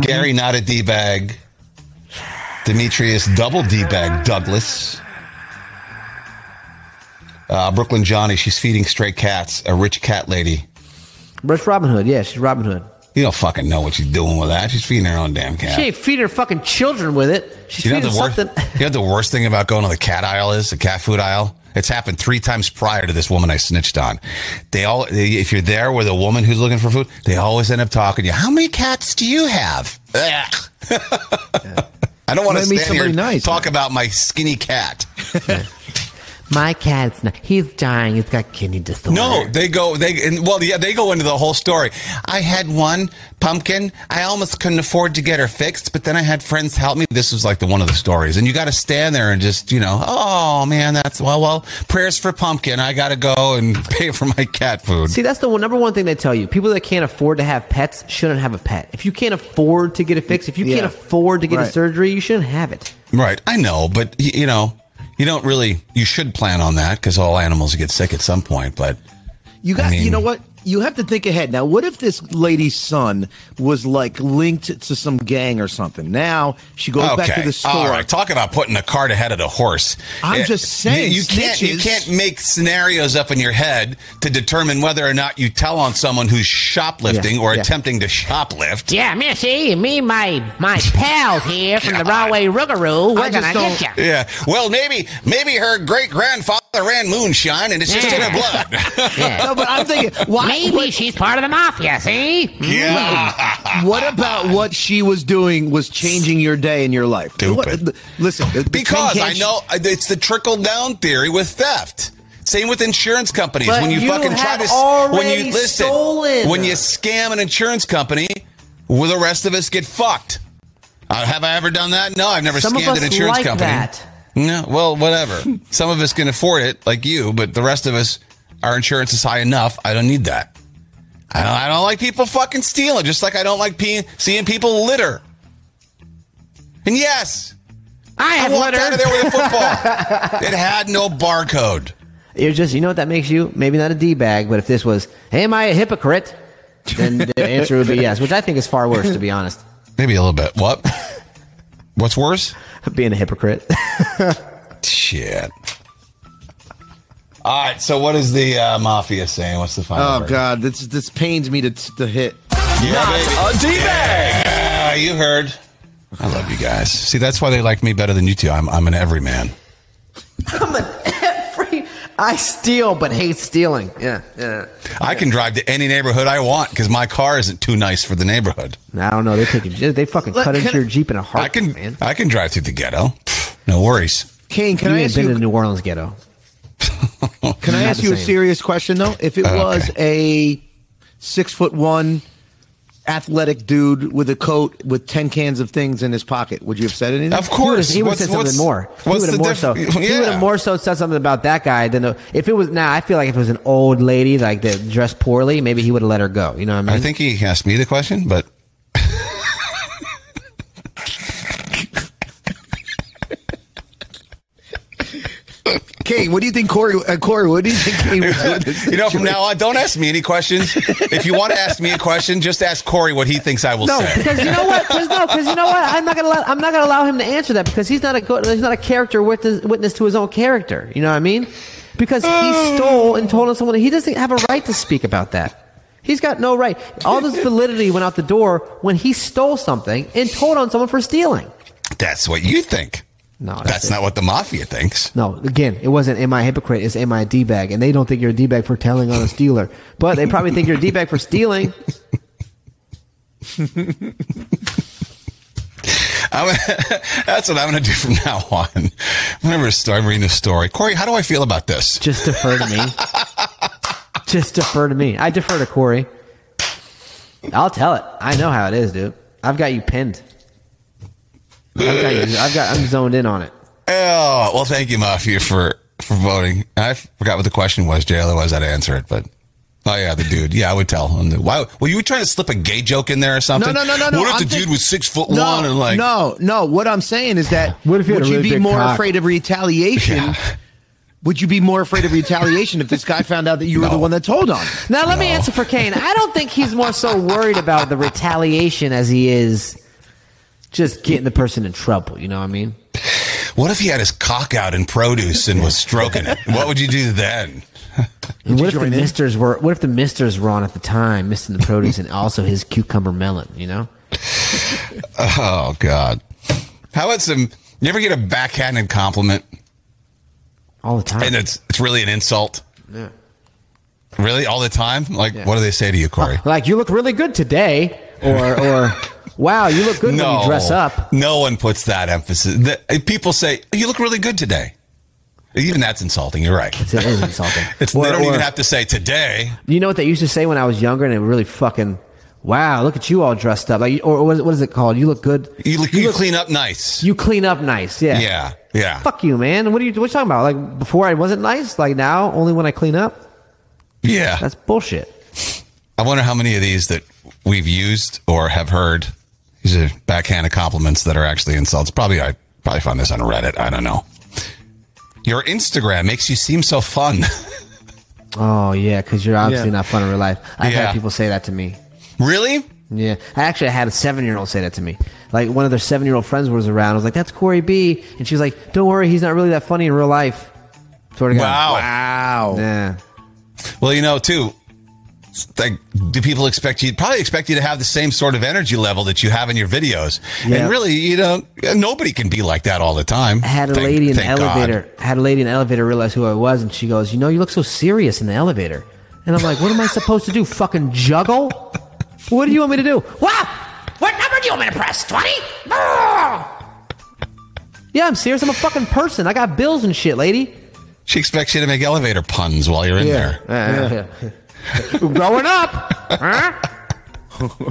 Speaker 4: Gary, not a D bag. Demetrius, double D bag. Douglas. Uh, Brooklyn Johnny, she's feeding stray cats. A rich cat lady.
Speaker 3: Rich Robin Hood. Yeah, she's Robin Hood.
Speaker 4: You don't fucking know what she's doing with that. She's feeding her own damn cat.
Speaker 3: She ain't feeding her fucking children with it. She's
Speaker 4: you know
Speaker 3: feeding
Speaker 4: the worst.
Speaker 3: something.
Speaker 4: You know the worst thing about going to the cat aisle is the cat food aisle. It's happened three times prior to this woman I snitched on. They all, they, if you're there with a woman who's looking for food, they always end up talking to you. How many cats do you have? Ugh. I don't want to
Speaker 5: Might meet
Speaker 4: stand here
Speaker 5: somebody
Speaker 4: and
Speaker 5: nice,
Speaker 4: talk
Speaker 5: man.
Speaker 4: about my skinny cat.
Speaker 3: My cat's not. He's dying. He's got kidney disorder.
Speaker 4: No, they go. They and, well, yeah, they go into the whole story. I had one pumpkin. I almost couldn't afford to get her fixed, but then I had friends help me. This was like the one of the stories, and you got to stand there and just you know, oh man, that's well, well, prayers for pumpkin. I got to go and pay for my cat food.
Speaker 3: See, that's the one, number one thing they tell you. People that can't afford to have pets shouldn't have a pet. If you can't afford to get it fixed, if you
Speaker 5: Yeah.
Speaker 3: can't afford to get a
Speaker 5: Right.
Speaker 3: surgery, you shouldn't have it.
Speaker 4: Right, I know, but y- you know, you don't really. You should plan on that because all animals get sick at some point. But
Speaker 5: You got.
Speaker 4: I mean-
Speaker 5: you know what? You have to think ahead. Now, what if this lady's son was like linked to some gang or something? Now she goes back to the store.
Speaker 4: All right, talk about putting a cart ahead of the horse.
Speaker 5: I'm just saying,
Speaker 4: you, you can't you
Speaker 5: snitches-
Speaker 4: can't make scenarios up in your head to determine whether or not you tell on someone who's shoplifting
Speaker 3: Yeah,
Speaker 4: or
Speaker 3: yeah.
Speaker 4: attempting to shoplift.
Speaker 8: Yeah, Missy, me, and my my pals here from the Railway Rougarou,
Speaker 5: I
Speaker 8: we're gonna
Speaker 5: just don't-
Speaker 8: get ya.
Speaker 4: Yeah. Well, maybe maybe her great grandfather ran moonshine, and it's just in her blood.
Speaker 8: Yeah.
Speaker 5: No, but I'm thinking, why,
Speaker 8: Maybe
Speaker 5: what,
Speaker 8: she's part of the mafia. See?
Speaker 4: yeah.
Speaker 5: what about what she was doing was changing your day in your life? What-
Speaker 4: Stupid.
Speaker 5: listen, the- the
Speaker 4: Because
Speaker 5: tin can
Speaker 4: I
Speaker 5: sh-
Speaker 4: know uh, it's the trickle down theory with theft. Same with insurance companies.
Speaker 3: But
Speaker 4: when you,
Speaker 3: you
Speaker 4: fucking try
Speaker 3: have
Speaker 4: to when
Speaker 3: already
Speaker 4: you listen
Speaker 3: stolen.
Speaker 4: when you scam an insurance company, well, the rest of us get fucked. Uh, have I ever done that? No, I've never
Speaker 3: Some of
Speaker 4: scammed
Speaker 3: us
Speaker 4: an insurance
Speaker 3: like
Speaker 4: company.
Speaker 3: that.
Speaker 4: No, well, whatever. Some of us can afford it, like you, but the rest of us, our insurance is high enough. I don't need that. I don't, I don't like people fucking stealing, just like I don't like peeing, seeing people litter. And yes,
Speaker 8: I
Speaker 4: I
Speaker 8: have
Speaker 4: walked out of there
Speaker 8: littered.
Speaker 4: with a football. it had no barcode.
Speaker 3: You're just, you know what that makes you? Maybe not a D bag, but if this was, am I a hypocrite? Then the answer would be yes, which I think is far worse, to be honest.
Speaker 4: Maybe a little bit. What? What's worse?
Speaker 3: Being a hypocrite.
Speaker 4: Shit. All right. So, what is the uh, mafia saying? What's the final?
Speaker 5: Oh
Speaker 4: word?
Speaker 5: God, this this pains me to to hit.
Speaker 4: Yeah, baby. Yeah, you heard. I love you guys. See, that's why they like me better than you two. I'm, I'm an everyman.
Speaker 3: I'm an every. I steal, but hate stealing. Yeah, yeah.
Speaker 4: I can drive to any neighborhood I want because my car isn't too nice for the neighborhood.
Speaker 3: I don't know. They take a, they fucking
Speaker 5: Look,
Speaker 3: cut into
Speaker 5: can-
Speaker 3: your jeep in a heart.
Speaker 4: I can
Speaker 3: Man.
Speaker 4: I can drive through the ghetto. Pfft, No worries.
Speaker 5: Kane, can
Speaker 3: you
Speaker 5: I
Speaker 3: ain't
Speaker 5: ask
Speaker 3: been
Speaker 5: you?
Speaker 3: to New Orleans ghetto.
Speaker 5: Can I
Speaker 3: Not
Speaker 5: ask
Speaker 3: the
Speaker 5: you a
Speaker 3: same.
Speaker 5: serious question though? If it
Speaker 4: Oh,
Speaker 5: was a six foot one athletic dude with a coat with ten cans of things in his pocket, would you have said anything?
Speaker 4: Of course,
Speaker 3: he would have said
Speaker 4: What's-
Speaker 3: something
Speaker 4: what's-
Speaker 3: more. He
Speaker 4: what's
Speaker 3: would have
Speaker 4: the
Speaker 3: more
Speaker 4: diff-
Speaker 3: so. He would
Speaker 4: Yeah.
Speaker 3: have more so said something about that guy than the, if it was now. I feel like if it was an old lady like that dressed poorly, maybe he would have let her go. You know what I mean?
Speaker 4: I think he asked me the question, but
Speaker 5: Kane, what do you think, Corey? Uh, Corey, what do you think Kane was doing? this
Speaker 4: you know, from now on, don't ask me any questions. if you want to ask me a question, just ask Corey what he thinks I will
Speaker 3: No,
Speaker 4: say.
Speaker 3: because you know what? Because no, because you know what? I'm not gonna allow, I'm not gonna allow him to answer that because he's not a good- he's not a character witness, witness to his own character. You know what I mean? Because
Speaker 4: Oh.
Speaker 3: he stole and told on someone he doesn't have a right to speak about that. He's got no right. All this validity went out the door when he stole something and told on someone for stealing.
Speaker 4: That's what you think.
Speaker 3: No, that's,
Speaker 4: That's
Speaker 3: it.
Speaker 4: not what the mafia thinks.
Speaker 3: No, again, it wasn't am I a hypocrite? It's am I a d bag? And they don't think you're a d bag for telling on a stealer, but they probably think you're a d bag for stealing.
Speaker 4: I'm, that's what I'm going to do from now on. Remember, I'm reading a story. Corey, how do I feel about this?
Speaker 3: Just defer to me. Just defer to me. I defer to Corey. I'll tell it. I know how it is, dude. I've got you pinned. I've got, you, I've got I'm zoned in on it.
Speaker 4: Oh, well, thank you, Mafia, for, for voting. I forgot what the question was, Jay. Otherwise, I'd answer it. But oh yeah, the dude. Yeah, I would tell him. Why? Were you trying to slip a gay joke in there or something?
Speaker 5: No, no, no, no, no.
Speaker 4: What if
Speaker 5: I'm
Speaker 4: the
Speaker 5: think-
Speaker 4: dude was six foot
Speaker 5: No,
Speaker 4: one and like?
Speaker 5: no, no. What I'm saying is that
Speaker 3: What if he had
Speaker 5: would
Speaker 3: a
Speaker 5: you
Speaker 3: really
Speaker 5: be
Speaker 3: big
Speaker 5: more
Speaker 3: cock?
Speaker 5: afraid of retaliation?
Speaker 4: Yeah.
Speaker 5: Would you be more afraid of retaliation if this guy found out that you were
Speaker 4: No.
Speaker 5: the one that told on? him?
Speaker 3: Now let me answer for Kane. I don't think he's more so worried about the retaliation as he is just getting the person in trouble. You know what I mean?
Speaker 4: What if he had his cock out in produce and was stroking it? What would you do then?
Speaker 3: And what if
Speaker 5: you
Speaker 3: the
Speaker 5: join in?
Speaker 3: misters were what if the misters were on at the time, missing the produce and also his cucumber melon, you know?
Speaker 4: Oh God! How about some? You ever get a backhanded compliment
Speaker 3: All the time.
Speaker 4: and it's it's really an insult? Yeah. Really, all the time? Like, what do they say to you, Corey?
Speaker 3: Like you look really good today, or or wow, you look good when you dress up.
Speaker 4: "Oh, No one puts that emphasis. The- people say, "You look really good today." Even that's insulting. You're right.
Speaker 3: It's, it is insulting.
Speaker 4: It's,
Speaker 3: Or-
Speaker 4: they don't
Speaker 3: or-
Speaker 4: even have to say today.
Speaker 3: You know what they used to say when I was younger, and it really fucking. Wow, look at you all dressed up. Like, or what is, what is it called? You look good.
Speaker 4: You, look- you clean up nice.
Speaker 3: You clean up nice. Yeah.
Speaker 4: yeah, yeah.
Speaker 3: Fuck you, man. What are you? What you talking about? Like before, I wasn't nice. Like now, only when I clean up.
Speaker 4: Yeah.
Speaker 3: That's bullshit.
Speaker 4: I wonder how many of these that we've used or have heard. These are backhanded compliments that are actually insults. Probably I probably found this on Reddit. I don't know. Your Instagram makes you seem so fun.
Speaker 3: Oh yeah, because you're obviously
Speaker 5: Yeah.
Speaker 3: not fun in real life. I've
Speaker 4: Yeah.
Speaker 3: had people say that to me.
Speaker 4: really?
Speaker 3: Yeah, I actually had a seven-year-old say that to me. Like one of their seven-year-old friends was around. I was like, "That's Corey B," and she was like, "Don't worry, he's not really that funny in real life." Sort of.
Speaker 4: Wow.
Speaker 5: Wow.
Speaker 3: Yeah.
Speaker 4: Well, you know, too. it's Like, do people expect you? Probably expect you to have the same sort of energy level that you have in your videos.
Speaker 3: Yeah.
Speaker 4: And really, you know, nobody can be like that all the time.
Speaker 3: I had a
Speaker 4: Thank-
Speaker 3: lady in the
Speaker 4: thank God.
Speaker 3: elevator. Had a lady in the elevator realize who I was, and she goes, "You know, you look so serious in the elevator." And I'm like, "What am I supposed to do? Fucking juggle? What do you want me to do?
Speaker 8: What? What number do you want me to press? 20? Brrr.
Speaker 3: Yeah, I'm serious. I'm a fucking person. I got bills and shit, lady.
Speaker 4: She expects you to make elevator puns while you're in there.
Speaker 3: Growing up.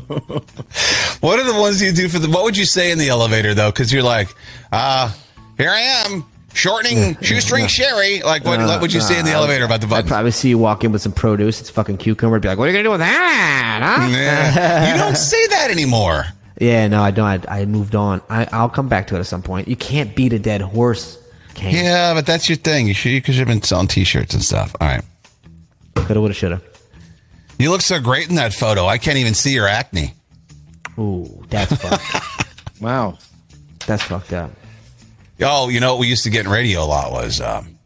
Speaker 4: What are the ones you do for the? What would you say in the elevator though? Because you're like, uh, here I am, shortening shoestring sherry. Like, what, what would you say in the elevator about the
Speaker 3: I'd
Speaker 4: button?
Speaker 3: probably see you walk in with some produce. It's fucking cucumber. I'd be like, "What are you gonna do with that?"
Speaker 4: Mm-hmm.
Speaker 3: Huh?
Speaker 4: Yeah. you don't say that anymore.
Speaker 3: Yeah, no, I don't. I, I moved on. I, I'll come back to it at some point. You can't beat a dead horse. Can't.
Speaker 4: Yeah, but that's your thing. You should you could have been selling T-shirts and stuff. All right,
Speaker 3: Coulda, woulda, shoulda.
Speaker 4: you look so great in that photo. I can't even see your acne.
Speaker 3: Ooh, that's fucked.
Speaker 5: Wow.
Speaker 3: that's fucked up.
Speaker 4: Oh, you know what we used to get in radio a lot was, um,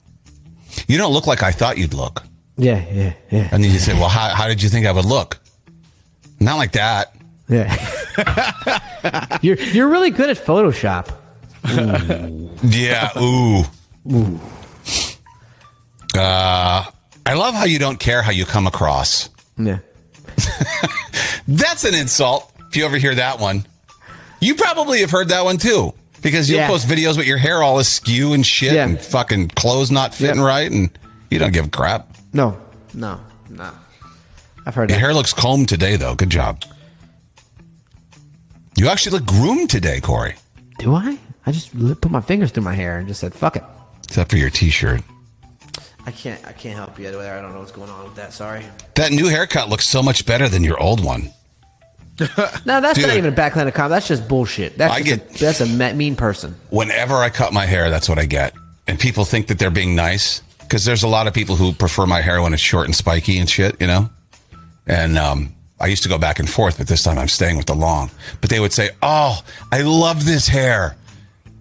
Speaker 4: you don't look like I thought you'd look.
Speaker 3: Yeah, yeah, yeah,
Speaker 4: And then you say, well, how, how did you think I would look? Not like that.
Speaker 3: yeah. you're you're really good at Photoshop.
Speaker 4: Yeah. Ooh. Uh, I love how you don't care how you come across.
Speaker 3: Yeah.
Speaker 4: That's an insult. If you ever hear that one, you probably have heard that one too, because you'll
Speaker 3: Yeah.
Speaker 4: post videos with your hair all askew and shit,
Speaker 3: Yeah.
Speaker 4: and fucking clothes not fitting right, and you don't give a crap.
Speaker 3: No, no, no. I've heard
Speaker 4: Your
Speaker 3: that.
Speaker 4: hair looks combed today, though. Good job. You actually look groomed today, Corey,
Speaker 3: Do I? I just li- put my fingers through my hair and just said, "Fuck it."
Speaker 4: except for your t-shirt.
Speaker 3: I can't. I can't help you there. I don't know what's going on with that. Sorry.
Speaker 4: That new haircut looks so much better than your old one.
Speaker 3: No, that's not
Speaker 4: Dude.
Speaker 3: even a backline of comment. That's just bullshit. That's
Speaker 4: I
Speaker 3: just
Speaker 4: get-
Speaker 3: a, that's a me- mean person.
Speaker 4: whenever I cut my hair, that's what I get. And people think that they're being nice because there's a lot of people who prefer my hair when it's short and spiky and shit, you know? And um, I used to go back and forth, but this time I'm staying with the long. But they would say, Oh, I love this hair.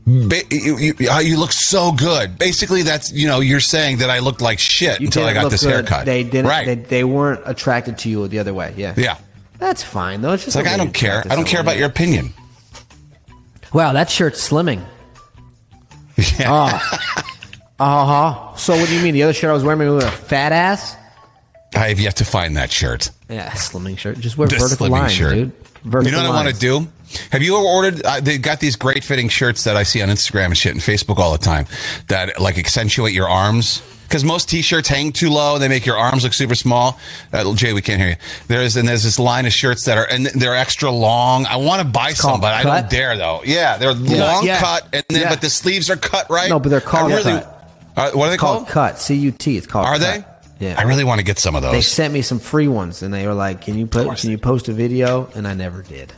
Speaker 4: Ba- you, you, oh, you look so good. Basically, that's, you know, you're saying that I looked like shit
Speaker 3: You
Speaker 4: until I
Speaker 3: didn't
Speaker 4: got
Speaker 3: look
Speaker 4: this
Speaker 3: good.
Speaker 4: haircut.
Speaker 3: They didn't.
Speaker 4: Right.
Speaker 3: They, they weren't attracted to you the other way. Yeah.
Speaker 4: yeah.
Speaker 3: That's fine though. It's
Speaker 4: It's
Speaker 3: just
Speaker 4: like,
Speaker 3: a way
Speaker 4: I
Speaker 3: to
Speaker 4: don't care.
Speaker 3: attract
Speaker 4: I don't care about
Speaker 3: someone.
Speaker 4: your opinion.
Speaker 3: Wow, that shirt's slimming. Ah. Uh huh. So what do you mean? The other shirt I was wearing, maybe with a fat ass.
Speaker 4: I have yet to find that shirt.
Speaker 3: Yeah, slimming shirt. Just wear
Speaker 4: The
Speaker 3: vertical
Speaker 4: slimming
Speaker 3: lines,
Speaker 4: shirt.
Speaker 3: dude. Vertical
Speaker 4: you know what
Speaker 3: lines.
Speaker 4: I want to do? Have you ever ordered? Uh, they got these great fitting shirts that I see on Instagram and shit and Facebook all the time that like accentuate your arms. Because most T-shirts hang too low, and they make your arms look super small. Uh, Jay, we can't hear you. There's and there's this line of shirts that are and they're extra long. I want to buy some,
Speaker 3: called
Speaker 4: but I don't
Speaker 3: cut?
Speaker 4: dare though. Yeah, they're long
Speaker 3: Yeah.
Speaker 4: cut, and then
Speaker 5: Yeah.
Speaker 4: but the sleeves are cut right.
Speaker 3: No, but they're called
Speaker 4: I really,
Speaker 3: cut.
Speaker 4: Uh, what are they
Speaker 3: Called
Speaker 4: called?
Speaker 3: cut. C U T. It's called.
Speaker 4: Are they?
Speaker 3: cut. Yeah.
Speaker 4: I really want to get some of those.
Speaker 3: They sent me some free ones, and they were like, "Can you put? Can you post a video?" And I never did.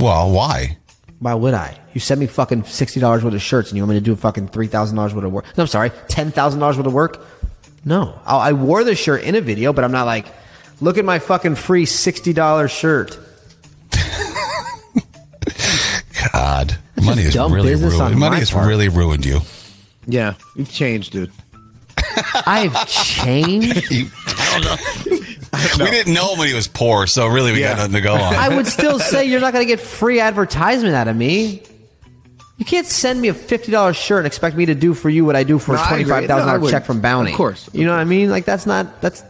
Speaker 4: well, why?
Speaker 3: Why would I? You sent me fucking sixty dollars worth of shirts, and you want me to do fucking three thousand dollars worth of work? No, I'm sorry, ten thousand dollars worth of work. No, I, I wore the shirt in a video, but I'm not like, look at my fucking free sixty dollars shirt.
Speaker 4: God, money has
Speaker 3: dumb
Speaker 4: really
Speaker 3: business
Speaker 4: ruined.
Speaker 3: on
Speaker 4: Money
Speaker 3: my
Speaker 4: has
Speaker 3: part.
Speaker 4: really ruined you.
Speaker 5: Yeah. You've changed, dude.
Speaker 3: I've changed.
Speaker 4: We didn't know him when he was poor, so really we
Speaker 5: Yeah.
Speaker 4: got nothing to go
Speaker 3: I
Speaker 4: on.
Speaker 3: would still say you're not going to get free advertisement out of me. You can't send me a fifty dollars shirt and expect me to do for you what I do for
Speaker 5: No,
Speaker 3: a
Speaker 5: I
Speaker 3: twenty
Speaker 5: agree.
Speaker 3: five thousand
Speaker 5: No, I
Speaker 3: dollars
Speaker 5: wouldn't.
Speaker 3: check from Bounty.
Speaker 5: Of course.
Speaker 3: you know what I mean. Like that's not that's.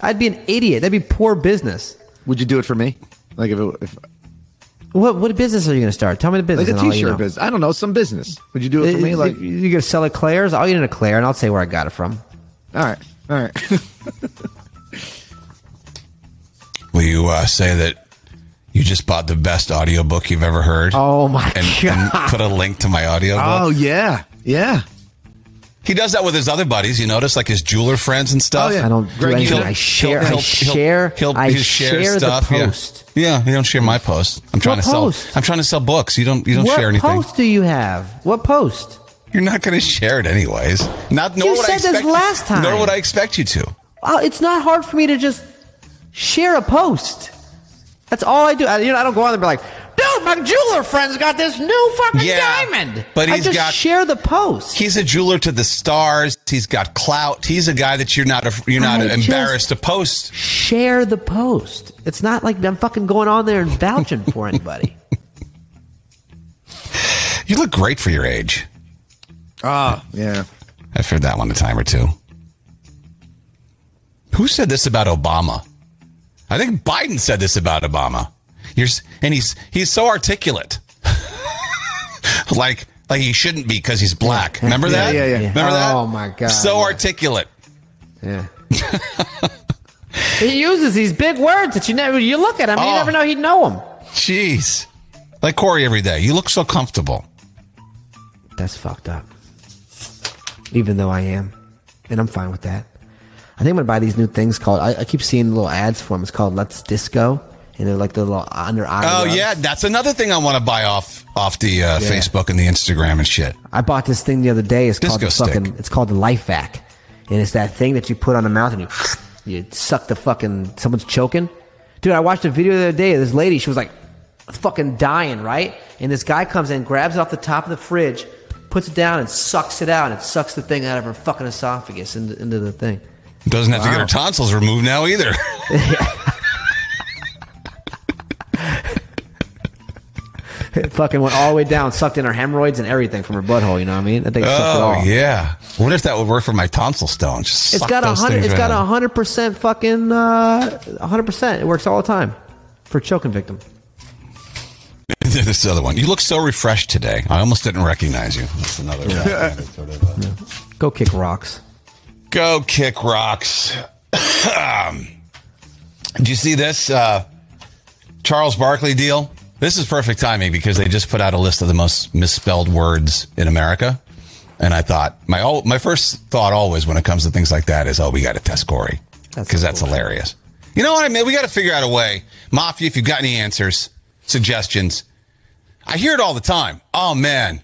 Speaker 3: I'd be an idiot. That'd be poor business.
Speaker 5: Would you do it for me? Like if it, if
Speaker 3: What what business are you going to start? Tell me the business.
Speaker 5: Like a
Speaker 3: and I'll let
Speaker 5: t-shirt
Speaker 3: you know.
Speaker 5: business. I don't know, some business. Would you do it for me?
Speaker 3: Uh,
Speaker 5: Like,
Speaker 3: you going to sell eclairs? I'll eat an eclair and I'll say where I got it from.
Speaker 5: all right, all right.
Speaker 4: Will you uh, say that you just bought the best audiobook you've ever heard?
Speaker 3: Oh my
Speaker 4: and, and
Speaker 3: god!
Speaker 4: put a link to my audiobook.
Speaker 5: oh yeah, yeah.
Speaker 4: He does that with his other buddies. You notice, like his jeweler friends and stuff.
Speaker 5: Oh, yeah.
Speaker 3: I don't do
Speaker 5: Greg,
Speaker 3: anything.
Speaker 5: he'll-
Speaker 3: I share.
Speaker 4: He'll-
Speaker 3: I
Speaker 4: he'll-
Speaker 3: share.
Speaker 4: he'll-
Speaker 3: I
Speaker 4: he'll
Speaker 3: share, the
Speaker 4: yeah.
Speaker 3: post.
Speaker 4: Yeah. you don't share my post. I'm trying
Speaker 3: What
Speaker 4: to sell.
Speaker 3: post?
Speaker 4: I'm trying to sell books. You don't. You don't
Speaker 3: What
Speaker 4: share anything.
Speaker 3: post do you have? What post?
Speaker 4: You're not going to share it anyways. Not. Nor
Speaker 3: You
Speaker 4: would I
Speaker 3: said this
Speaker 4: expect,
Speaker 3: last time.
Speaker 4: Nor would I expect you to.
Speaker 3: Oh, it's not hard for me to just share a post. That's all I do. I, you know, I don't go on there and be like,
Speaker 8: Dude, my jeweler friend's got this new fucking
Speaker 4: Yeah,
Speaker 8: diamond.
Speaker 4: but
Speaker 3: I
Speaker 4: he's
Speaker 3: just
Speaker 4: got.
Speaker 3: share the post.
Speaker 4: He's a jeweler to the stars. He's got clout. He's a guy that you're not af- you're not
Speaker 3: I just-
Speaker 4: embarrassed to post.
Speaker 3: share the post. It's not like I'm fucking going on there and vouching for anybody.
Speaker 4: You look great for your age.
Speaker 5: Ah, yeah.
Speaker 4: I've heard that one a time or two. Who said this about Obama? I think Biden said this about Obama. You're, s- and he's he's so articulate, like like he shouldn't be because he's black. Remember
Speaker 5: Yeah,
Speaker 4: that?
Speaker 5: yeah, yeah.
Speaker 4: Remember that?
Speaker 3: Oh, my God,
Speaker 4: So
Speaker 3: yeah.
Speaker 4: articulate.
Speaker 3: Yeah. he uses these big words that you never you look at him,
Speaker 4: Oh.
Speaker 3: you never know he'd know them.
Speaker 4: Jeez, like Corey every day. You look so comfortable.
Speaker 3: That's fucked up. Even though I am, and I'm fine with that. I think I'm gonna buy these new things called. I, I keep seeing little ads for them. It's called Let's Disco, and they're like the little under eye.
Speaker 4: Oh
Speaker 3: rubs.
Speaker 4: yeah, that's another thing I want to buy off off the uh, Facebook and the Instagram and shit.
Speaker 3: I bought this thing the other day. It's called
Speaker 4: Disco
Speaker 3: the fucking.
Speaker 4: stick.
Speaker 3: It's called the life vac, and it's that thing that you put on the mouth and you you suck the fucking someone's choking. Dude, I watched a video the other day. of This lady, she was like fucking dying, right? And this guy comes in, grabs it off the top of the fridge, puts it down, and sucks it out, and sucks the thing out of her fucking esophagus into, into the thing.
Speaker 4: Doesn't have to get her tonsils removed now either.
Speaker 3: It fucking went all the way down, sucked in her hemorrhoids and everything from her butthole. You know what I mean? That thing sucked it
Speaker 4: Oh
Speaker 3: all.
Speaker 4: yeah. What if that would work for my tonsil stones? Just
Speaker 3: It's
Speaker 4: suck
Speaker 3: got a
Speaker 4: those
Speaker 3: hundred.
Speaker 4: things
Speaker 3: It's
Speaker 4: right
Speaker 3: got
Speaker 4: out.
Speaker 3: a hundred percent fucking uh, a hundred percent. It works all the time for choking victim.
Speaker 4: There's this other one. You look so refreshed today. I almost didn't recognize you. That's another.
Speaker 3: Go kick rocks.
Speaker 4: Go kick rocks. Um, Do you see this uh, Charles Barkley deal? This is perfect timing because they just put out a list of the most misspelled words in America. And I thought my al- my first thought always when it comes to things like that is, oh, we got to test Corey because
Speaker 3: That's
Speaker 4: that's, hilarious. You know what I mean? We got to figure out a way, Mafia. If you've got any answers, suggestions, I hear it all the time. Oh man,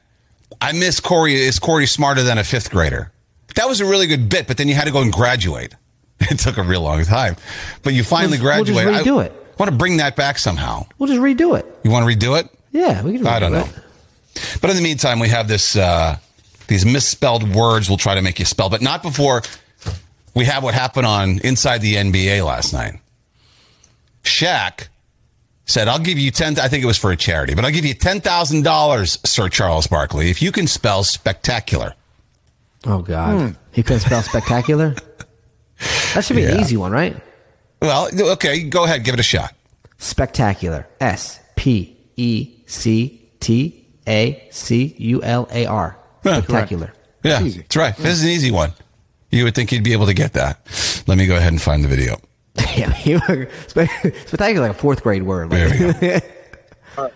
Speaker 4: I miss Corey. Is Corey smarter than a fifth grader? That was a really good bit, but then you had to go and graduate. It took a real long time, but you finally
Speaker 3: We'll- we'll just
Speaker 4: graduated.
Speaker 3: redo
Speaker 4: I
Speaker 3: it.
Speaker 4: want to bring that back somehow.
Speaker 3: We'll just redo it.
Speaker 4: You want to redo it?
Speaker 3: Yeah, we can. Redo
Speaker 4: I don't
Speaker 3: it.
Speaker 4: know. But in the meantime, we have this uh, these misspelled words. We'll try to make you spell, but not before we have what happened on Inside the NBA last night. Shaq said, "I'll give you ten. I think it was for a charity, but I'll give you ten thousand dollars, Sir Charles Barkley, if you can spell spectacular."
Speaker 3: Oh god, he couldn't spell spectacular. That should be an
Speaker 4: Hmm. Yeah.
Speaker 3: easy one, right?
Speaker 4: Well, okay, go ahead, give it a shot.
Speaker 3: Spectacular. S P E C T A C U L A R.
Speaker 4: Yeah,
Speaker 3: Spectacular.
Speaker 4: Yeah, that's right. This is an easy one. You would think you'd be able to get that. Let me go ahead and find the video.
Speaker 3: Damn, you were spe- spectacular like a fourth grade word. Like,
Speaker 4: There we go.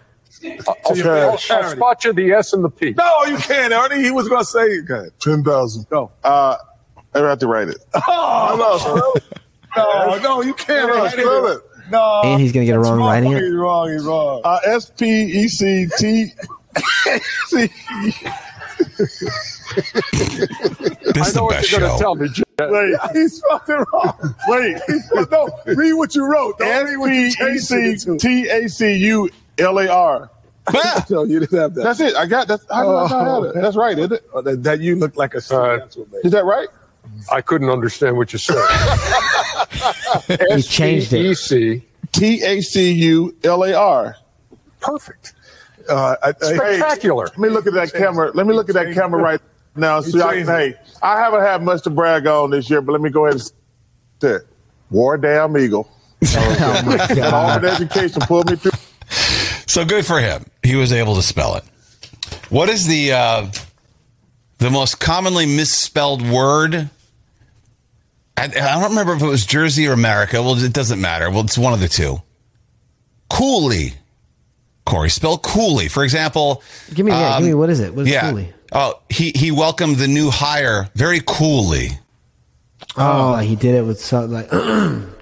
Speaker 9: I'll, I'll spot you the S and the P. No, you can't, Ernie. He was going to say, okay, 10,000. No. Uh, I have to write it. Oh, no. no, no, you can't. No, spell it. No.
Speaker 3: And he's gonna get it wrong writing it?
Speaker 9: He's wrong. He's wrong. Uh, S P E C T.
Speaker 4: This is the best show.
Speaker 9: me. Wait, he spelled it wrong. Wait, no, read what you wrote. Don't read what you changed it to.
Speaker 4: Ah!
Speaker 9: No, you didn't have that. That's it. I got that. How did I not have it? That's right, isn't it? that, that you look like a Is that right? I couldn't understand what you said.
Speaker 3: He changed it.
Speaker 9: C T A C U L A R. Perfect. Uh, I, Spectacular. let me look at that camera. Let me look at that camera right now. So I, hey, I haven't had much to brag on this year, but let me go ahead and say it. War damn eagle.
Speaker 3: Oh my
Speaker 9: That
Speaker 3: god.
Speaker 9: Harvard education pulled me through.
Speaker 4: So good for him. He was able to spell it. What is the uh, the most commonly misspelled word? I, I don't remember if it was Jersey or America. Well, it doesn't matter. Well, it's one of the two. Cooley, Corey, spell cooley. For example,
Speaker 3: Give me, yeah,
Speaker 4: um,
Speaker 3: give me. What is it? What is
Speaker 4: yeah.
Speaker 3: cooley?
Speaker 4: Oh, he he welcomed the new hire very coolly.
Speaker 3: Oh,
Speaker 4: Um,
Speaker 3: he did it with something like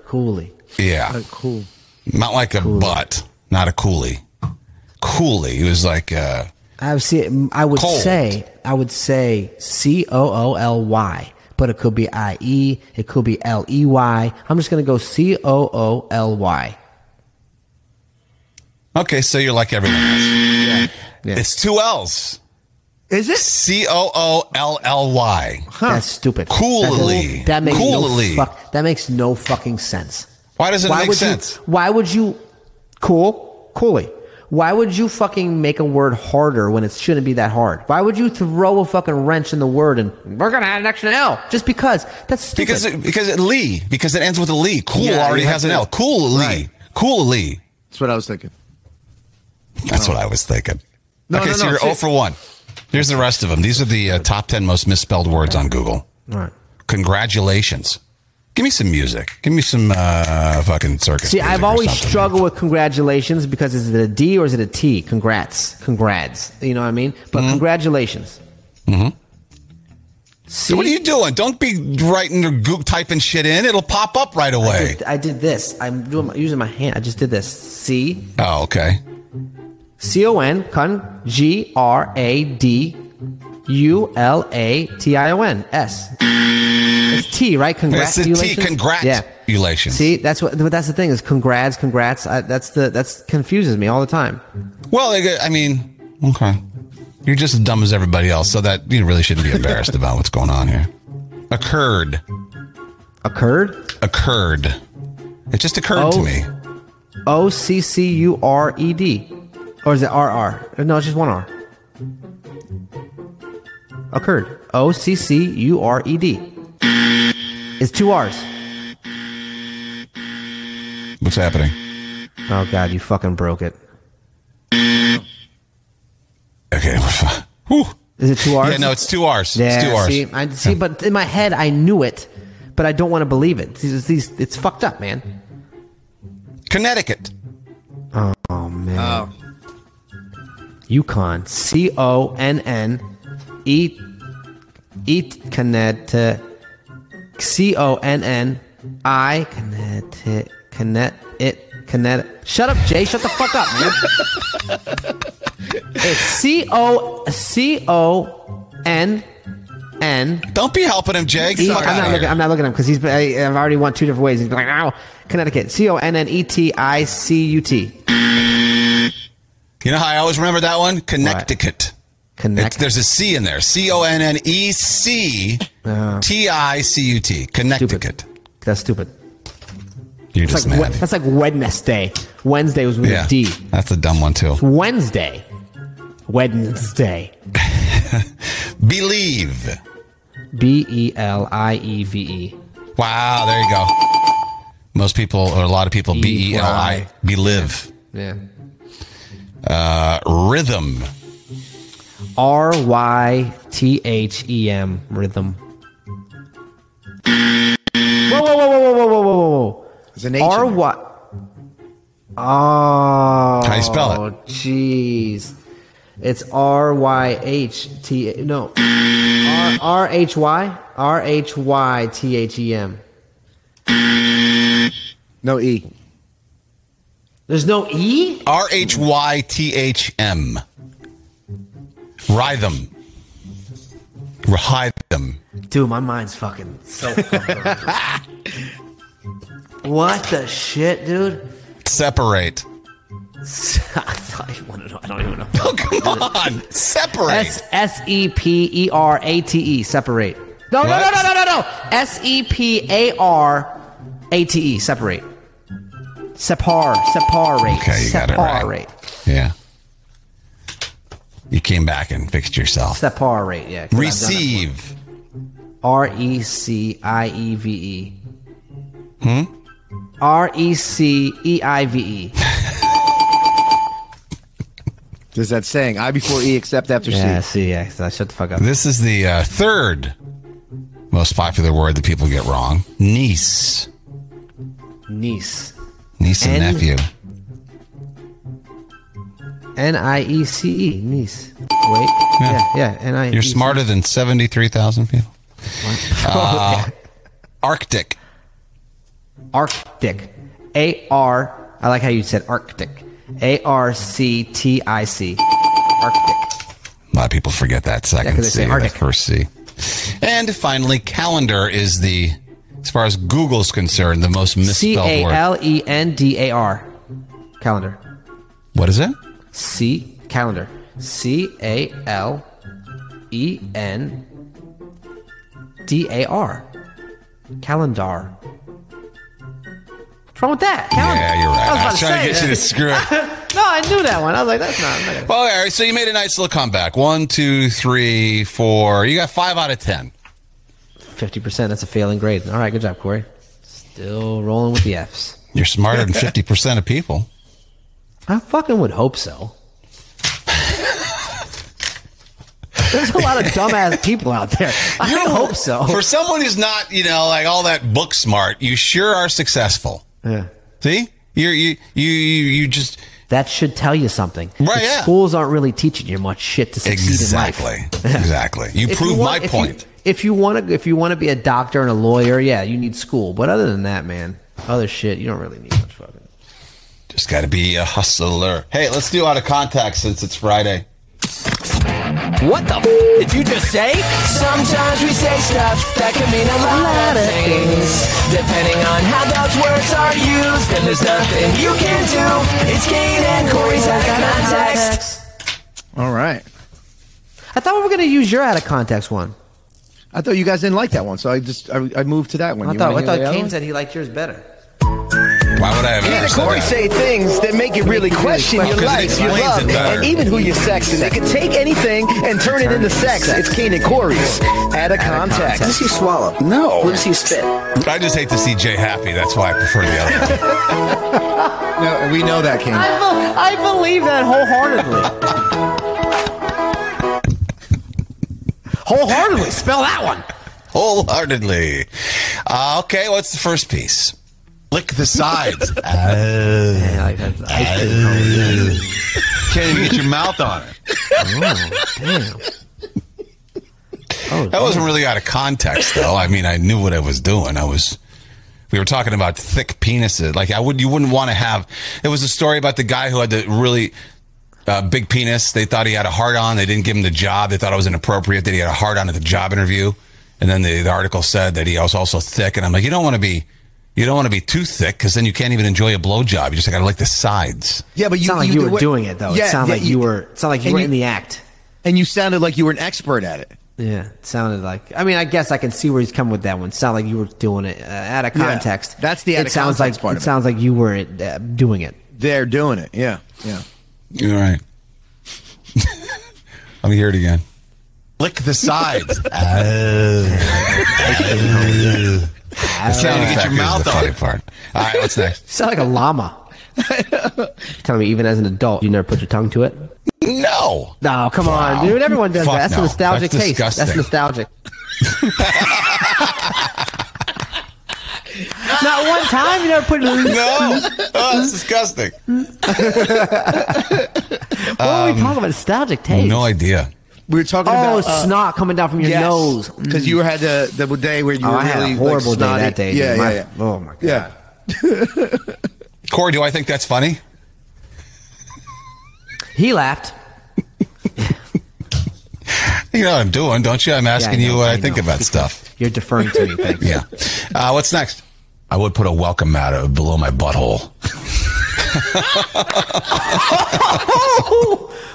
Speaker 3: coolly.
Speaker 4: Yeah.
Speaker 5: cool.
Speaker 4: Not like a butt, not a coolie. Coolly. He was like, uh,
Speaker 3: I would see. I would
Speaker 4: Cold.
Speaker 3: say. I would say C O O L Y, but it could be I E. It could be L E Y. I'm just gonna go C O O L Y.
Speaker 4: okay, so you're like everyone else.
Speaker 3: Yeah.
Speaker 4: It's two L's.
Speaker 5: Is it?
Speaker 4: C O O L L Y.
Speaker 3: That's stupid.
Speaker 4: Coolly.
Speaker 3: That makes
Speaker 4: Coolly.
Speaker 3: no fuck, That makes no fucking sense.
Speaker 4: Why does it make
Speaker 3: would
Speaker 4: sense?
Speaker 3: You, why would you? Cool. Coolly. Why would you fucking make a word harder when it shouldn't be that hard? Why would you throw a fucking wrench in the word and we're gonna add an extra L just because? That's stupid.
Speaker 4: Because it, because it Lee, because it ends with a Lee. Cool
Speaker 5: Yeah,
Speaker 4: already
Speaker 5: you have
Speaker 4: has an
Speaker 5: to-
Speaker 4: L. Cool Lee. Cool Lee.
Speaker 5: That's what I was thinking.
Speaker 4: That's what I was thinking.
Speaker 5: No,
Speaker 4: okay,
Speaker 5: no,
Speaker 4: so
Speaker 5: no,
Speaker 4: you're
Speaker 5: see-
Speaker 4: 0 for 1. Here's the rest of them. These are the uh, top 10 most misspelled words on Google.
Speaker 3: All right.
Speaker 4: Congratulations. Give me some music. Give me some uh, fucking circus.
Speaker 3: See,
Speaker 4: music
Speaker 3: I've
Speaker 4: or
Speaker 3: always
Speaker 4: something.
Speaker 3: struggled with congratulations because is it a D or is it a T? Congrats, congrats. You know what I mean? But congratulations. Mm-hmm. See,
Speaker 4: Mm-hmm. What are you doing? Don't be writing or goop typing shit in. It'll pop up right away.
Speaker 3: I did this. I'm doing my, using my hand. I just did this. C
Speaker 4: Oh, okay.
Speaker 3: C O N con G R A D U L A T I O N S. It's T, right?
Speaker 4: It's
Speaker 3: Congrats.
Speaker 4: the T. Congratulations.
Speaker 3: Yeah. See, that's what. But that's the thing is, congrats, congrats. I, that's the that's confuses me all the time.
Speaker 4: Well, I I mean, okay. You're just as dumb as everybody else, so that you really shouldn't be embarrassed about what's going on here. Occurred.
Speaker 3: Occurred.
Speaker 4: Occurred. It just occurred to
Speaker 3: Oh.
Speaker 4: me.
Speaker 3: O C C U R E D. Or is it R R? No, it's just one R. Occurred. O C C U R E D. It's two R's.
Speaker 4: What's happening?
Speaker 3: Oh, God, you fucking broke it.
Speaker 4: Okay, we're fine. Whew.
Speaker 3: Is it two R's?
Speaker 4: Yeah, no, it's two R's. it's two
Speaker 3: Yeah,
Speaker 4: R's.
Speaker 3: See, I, see but in my head, I knew it, but I don't want to believe it. These, these, it's fucked up, man.
Speaker 4: Connecticut.
Speaker 3: Oh, man. Yukon. C O N N E E Connecticut. C O N N I Connecticut. Connect it. Connecticut. Shut up, Jay. Shut the fuck up, man. it's C O C O N N.
Speaker 4: Don't be helping him, Jake.
Speaker 3: E- I'm
Speaker 4: Fuck outta
Speaker 3: not
Speaker 4: here.
Speaker 3: looking. I'm not looking at him because he's. been- I, I've already won two different ways. He's been like, "Ow, Connecticut, C O N N E T I C U T,
Speaker 4: You know how I always remember that one? Connecticut. It's,
Speaker 3: Connecticut."
Speaker 4: there's a C in there. C O N N E C T I C U T. Connecticut.
Speaker 3: That's stupid.
Speaker 4: You're
Speaker 3: It's
Speaker 4: just
Speaker 3: like
Speaker 4: mad.
Speaker 3: we- that's like Wednesday. Wednesday was with
Speaker 4: yeah,
Speaker 3: a D.
Speaker 4: that's a dumb one too.
Speaker 3: Wednesday, Wednesday,
Speaker 4: Believe.
Speaker 3: B E L I E V E.
Speaker 4: Wow, there you go. Most people, or a lot of people, B E L I, believe.
Speaker 3: Yeah.
Speaker 4: Uh, rhythm.
Speaker 3: R Y T H E M rhythm. Whoa, whoa, whoa, whoa, whoa, whoa, whoa, whoa,
Speaker 5: There's an
Speaker 3: whoa.
Speaker 5: H in
Speaker 3: R
Speaker 5: there.
Speaker 3: Y. Oh.
Speaker 4: How do you spell it?
Speaker 3: jeez. It's R Y H T. No. R R H Y? R H Y T H E M.
Speaker 5: No E.
Speaker 3: There's no E?
Speaker 4: R H Y T H M. Rhythm. Rhythm.
Speaker 3: Dude, my mind's fucking so What the shit, dude?
Speaker 4: Separate.
Speaker 3: I thought you wanted to know. I don't even know.
Speaker 4: Oh, come on. Separate.
Speaker 3: S S E P E R A T E. Separate. No, no, no,
Speaker 4: What?
Speaker 3: no, no, no, no. S E P A R A T E. Separate. Separ. Separate.
Speaker 4: Okay, you got it right.
Speaker 3: separate.
Speaker 4: yeah. You came back and fixed yourself.
Speaker 3: Separate. Yeah. 'cause I've done it.
Speaker 4: Receive.
Speaker 3: R E C I E V E. Hmm? R E C E I V E.
Speaker 5: There's that saying: I before E, except after C.
Speaker 3: Yeah, see, yeah, so I shut the fuck up.
Speaker 4: This is the uh, third most popular word that people get wrong. Niece,
Speaker 3: Niece.
Speaker 4: niece and
Speaker 3: And-
Speaker 4: nephew.
Speaker 3: N I E C E. Niece. Wait. Yeah, yeah. N I. E, Oh,
Speaker 4: You're smarter than seventy-three thousand people. Uh, Arctic.
Speaker 3: Arctic. A R. I like how you said Arctic. A R C T I C. Arctic.
Speaker 4: A lot of people forget that second
Speaker 3: 'cause they
Speaker 4: C,
Speaker 3: say
Speaker 4: that
Speaker 3: Arctic.
Speaker 4: first C. And finally, calendar is the, as far as Google's concerned, the most
Speaker 3: C
Speaker 4: misspelled
Speaker 3: A
Speaker 4: word.
Speaker 3: L E N D A R. Calendar.
Speaker 4: What is it?
Speaker 3: C calendar. C A L E N D A R. Calendar. What's wrong with that? Calendar.
Speaker 4: Yeah, you're right.
Speaker 3: I was
Speaker 4: I
Speaker 3: about
Speaker 4: was
Speaker 3: to
Speaker 4: trying to
Speaker 3: say
Speaker 4: get you to
Speaker 3: it.
Speaker 4: screw it.
Speaker 3: No, I knew that one. I was like, that's not. I'm not gonna-
Speaker 4: Well, all right. So you made a nice little comeback. One, two, three, four. You got five out of ten.
Speaker 3: 50%. That's a failing grade. All right, good job, Corey. Still rolling with the F's.
Speaker 4: You're smarter than fifty percent of people.
Speaker 3: I fucking would hope so. There's a lot of dumbass people out there. I
Speaker 4: You're-
Speaker 3: hope so.
Speaker 4: For someone who's not, you know, like all that book smart, you sure are successful.
Speaker 3: Yeah.
Speaker 4: See, you're you you you, you just
Speaker 3: That should tell you something.
Speaker 4: Right,
Speaker 3: The
Speaker 4: yeah.
Speaker 3: Schools aren't really teaching you much shit to succeed in
Speaker 4: exactly
Speaker 3: life.
Speaker 4: exactly. You
Speaker 3: If you
Speaker 4: prove
Speaker 3: want-
Speaker 4: my
Speaker 3: if you-
Speaker 4: point.
Speaker 3: if you want to, if you want to be a doctor and a lawyer, yeah, you need school. But other than that, man, other shit, you don't really need much fucking.
Speaker 4: Just got to be a hustler. Hey, let's do out of contact since it's Friday.
Speaker 8: What the f- did you just say?
Speaker 7: Sometimes we say stuff that can mean a lot of things. Depending on how those words are used, and there's nothing you can do. It's Kane and Corey's out of context.
Speaker 5: All right.
Speaker 3: I thought we were gonna use your out of context one.
Speaker 5: I thought you guys didn't like that one, so I just I, I moved to that one.
Speaker 3: I
Speaker 5: You
Speaker 3: thought I
Speaker 5: wanna hear the
Speaker 3: thought
Speaker 5: other
Speaker 3: Kane
Speaker 5: one?
Speaker 3: said he liked yours better.
Speaker 4: Why would I have ever said
Speaker 10: Corey
Speaker 4: that?
Speaker 10: say things that make you really question your
Speaker 4: Because it
Speaker 10: life, your
Speaker 4: explains
Speaker 10: love,
Speaker 4: it better.
Speaker 10: and even who you're sexing. They can take anything and turn it into sex. It's Kane and Corey's out of
Speaker 3: context.
Speaker 10: context.
Speaker 3: Does he
Speaker 10: swallow? No. What does he spit?
Speaker 4: I just hate to see Jay happy. That's why I prefer the other. one.
Speaker 5: No, we know that, Kane.
Speaker 3: I, be- I believe that wholeheartedly. wholeheartedly, spell that one.
Speaker 4: wholeheartedly. Uh, okay, what's the first piece? Lick the sides. uh,
Speaker 3: Yeah, like that's ice cream cone.
Speaker 4: can't even get your mouth on it. That wasn't really out of context, though. I mean, I knew what I was doing. I was. We were talking about thick penises. Like I would, you wouldn't want to have. It was a story about the guy who had the really uh, big penis. They thought he had a hard on. They didn't give him the job. They thought it was inappropriate that he had a hard on at the job interview. And then the, the article said that he was also thick. And I'm like, you don't want to be, you don't want to be too thick because then you can't even enjoy a blowjob. You just got to like the sides.
Speaker 5: Yeah, but
Speaker 3: It's
Speaker 5: you,
Speaker 3: not like you,
Speaker 5: did
Speaker 3: were
Speaker 5: what-
Speaker 3: doing it though.
Speaker 5: Yeah,
Speaker 3: it sounded
Speaker 5: yeah,
Speaker 3: like you were. It sounded like you
Speaker 5: and
Speaker 3: were in the act.
Speaker 5: and you sounded like you were an expert at it.
Speaker 3: Yeah, it sounded like. I mean, I guess I can see where he's coming with that one. It sounded like you were doing it uh, out of
Speaker 5: Yeah,
Speaker 3: context.
Speaker 5: that's the out
Speaker 3: it
Speaker 5: of
Speaker 3: sounds
Speaker 5: context
Speaker 3: like
Speaker 5: part
Speaker 3: it
Speaker 5: of it.
Speaker 3: sounds like you were uh, doing it.
Speaker 5: They're doing it. Yeah, yeah.
Speaker 4: You're right. Let me hear it again. Lick the sides. Ah. the sound to Ah. get your mouth the funny part. All right, what's
Speaker 3: You
Speaker 4: next?
Speaker 3: sound like a llama. Tell me, even as an adult, you never put your tongue to it.
Speaker 4: No.
Speaker 3: No, come
Speaker 4: Wow.
Speaker 3: on, dude. Everyone does
Speaker 4: Fuck
Speaker 3: that. That's
Speaker 4: no.
Speaker 3: a nostalgic
Speaker 4: That's
Speaker 3: taste. That's
Speaker 4: disgusting.
Speaker 3: nostalgic. Not one time you never put. What
Speaker 4: No. Oh, that's disgusting.
Speaker 3: are we talking about? Nostalgic taste.
Speaker 4: No idea.
Speaker 5: We were talking
Speaker 3: Oh,
Speaker 5: about uh,
Speaker 3: snot coming down from your nose.
Speaker 5: because you had the the day where you
Speaker 3: Oh,
Speaker 5: were
Speaker 3: I had
Speaker 5: really
Speaker 3: a horrible
Speaker 5: like,
Speaker 3: day
Speaker 5: snotty.
Speaker 3: that day.
Speaker 5: Yeah,
Speaker 3: dude.
Speaker 5: yeah,
Speaker 3: My-
Speaker 5: yeah.
Speaker 3: Oh my god.
Speaker 5: yeah.
Speaker 4: Corey, do I think that's funny?
Speaker 3: He laughed.
Speaker 4: You know what I'm doing, don't you? I'm asking
Speaker 3: know,
Speaker 4: you what I,
Speaker 3: I
Speaker 4: think
Speaker 3: know.
Speaker 4: about stuff.
Speaker 3: You're deferring to me. Thanks.
Speaker 4: Yeah. Uh, what's next? I would put a welcome mat below my butthole.
Speaker 3: Oh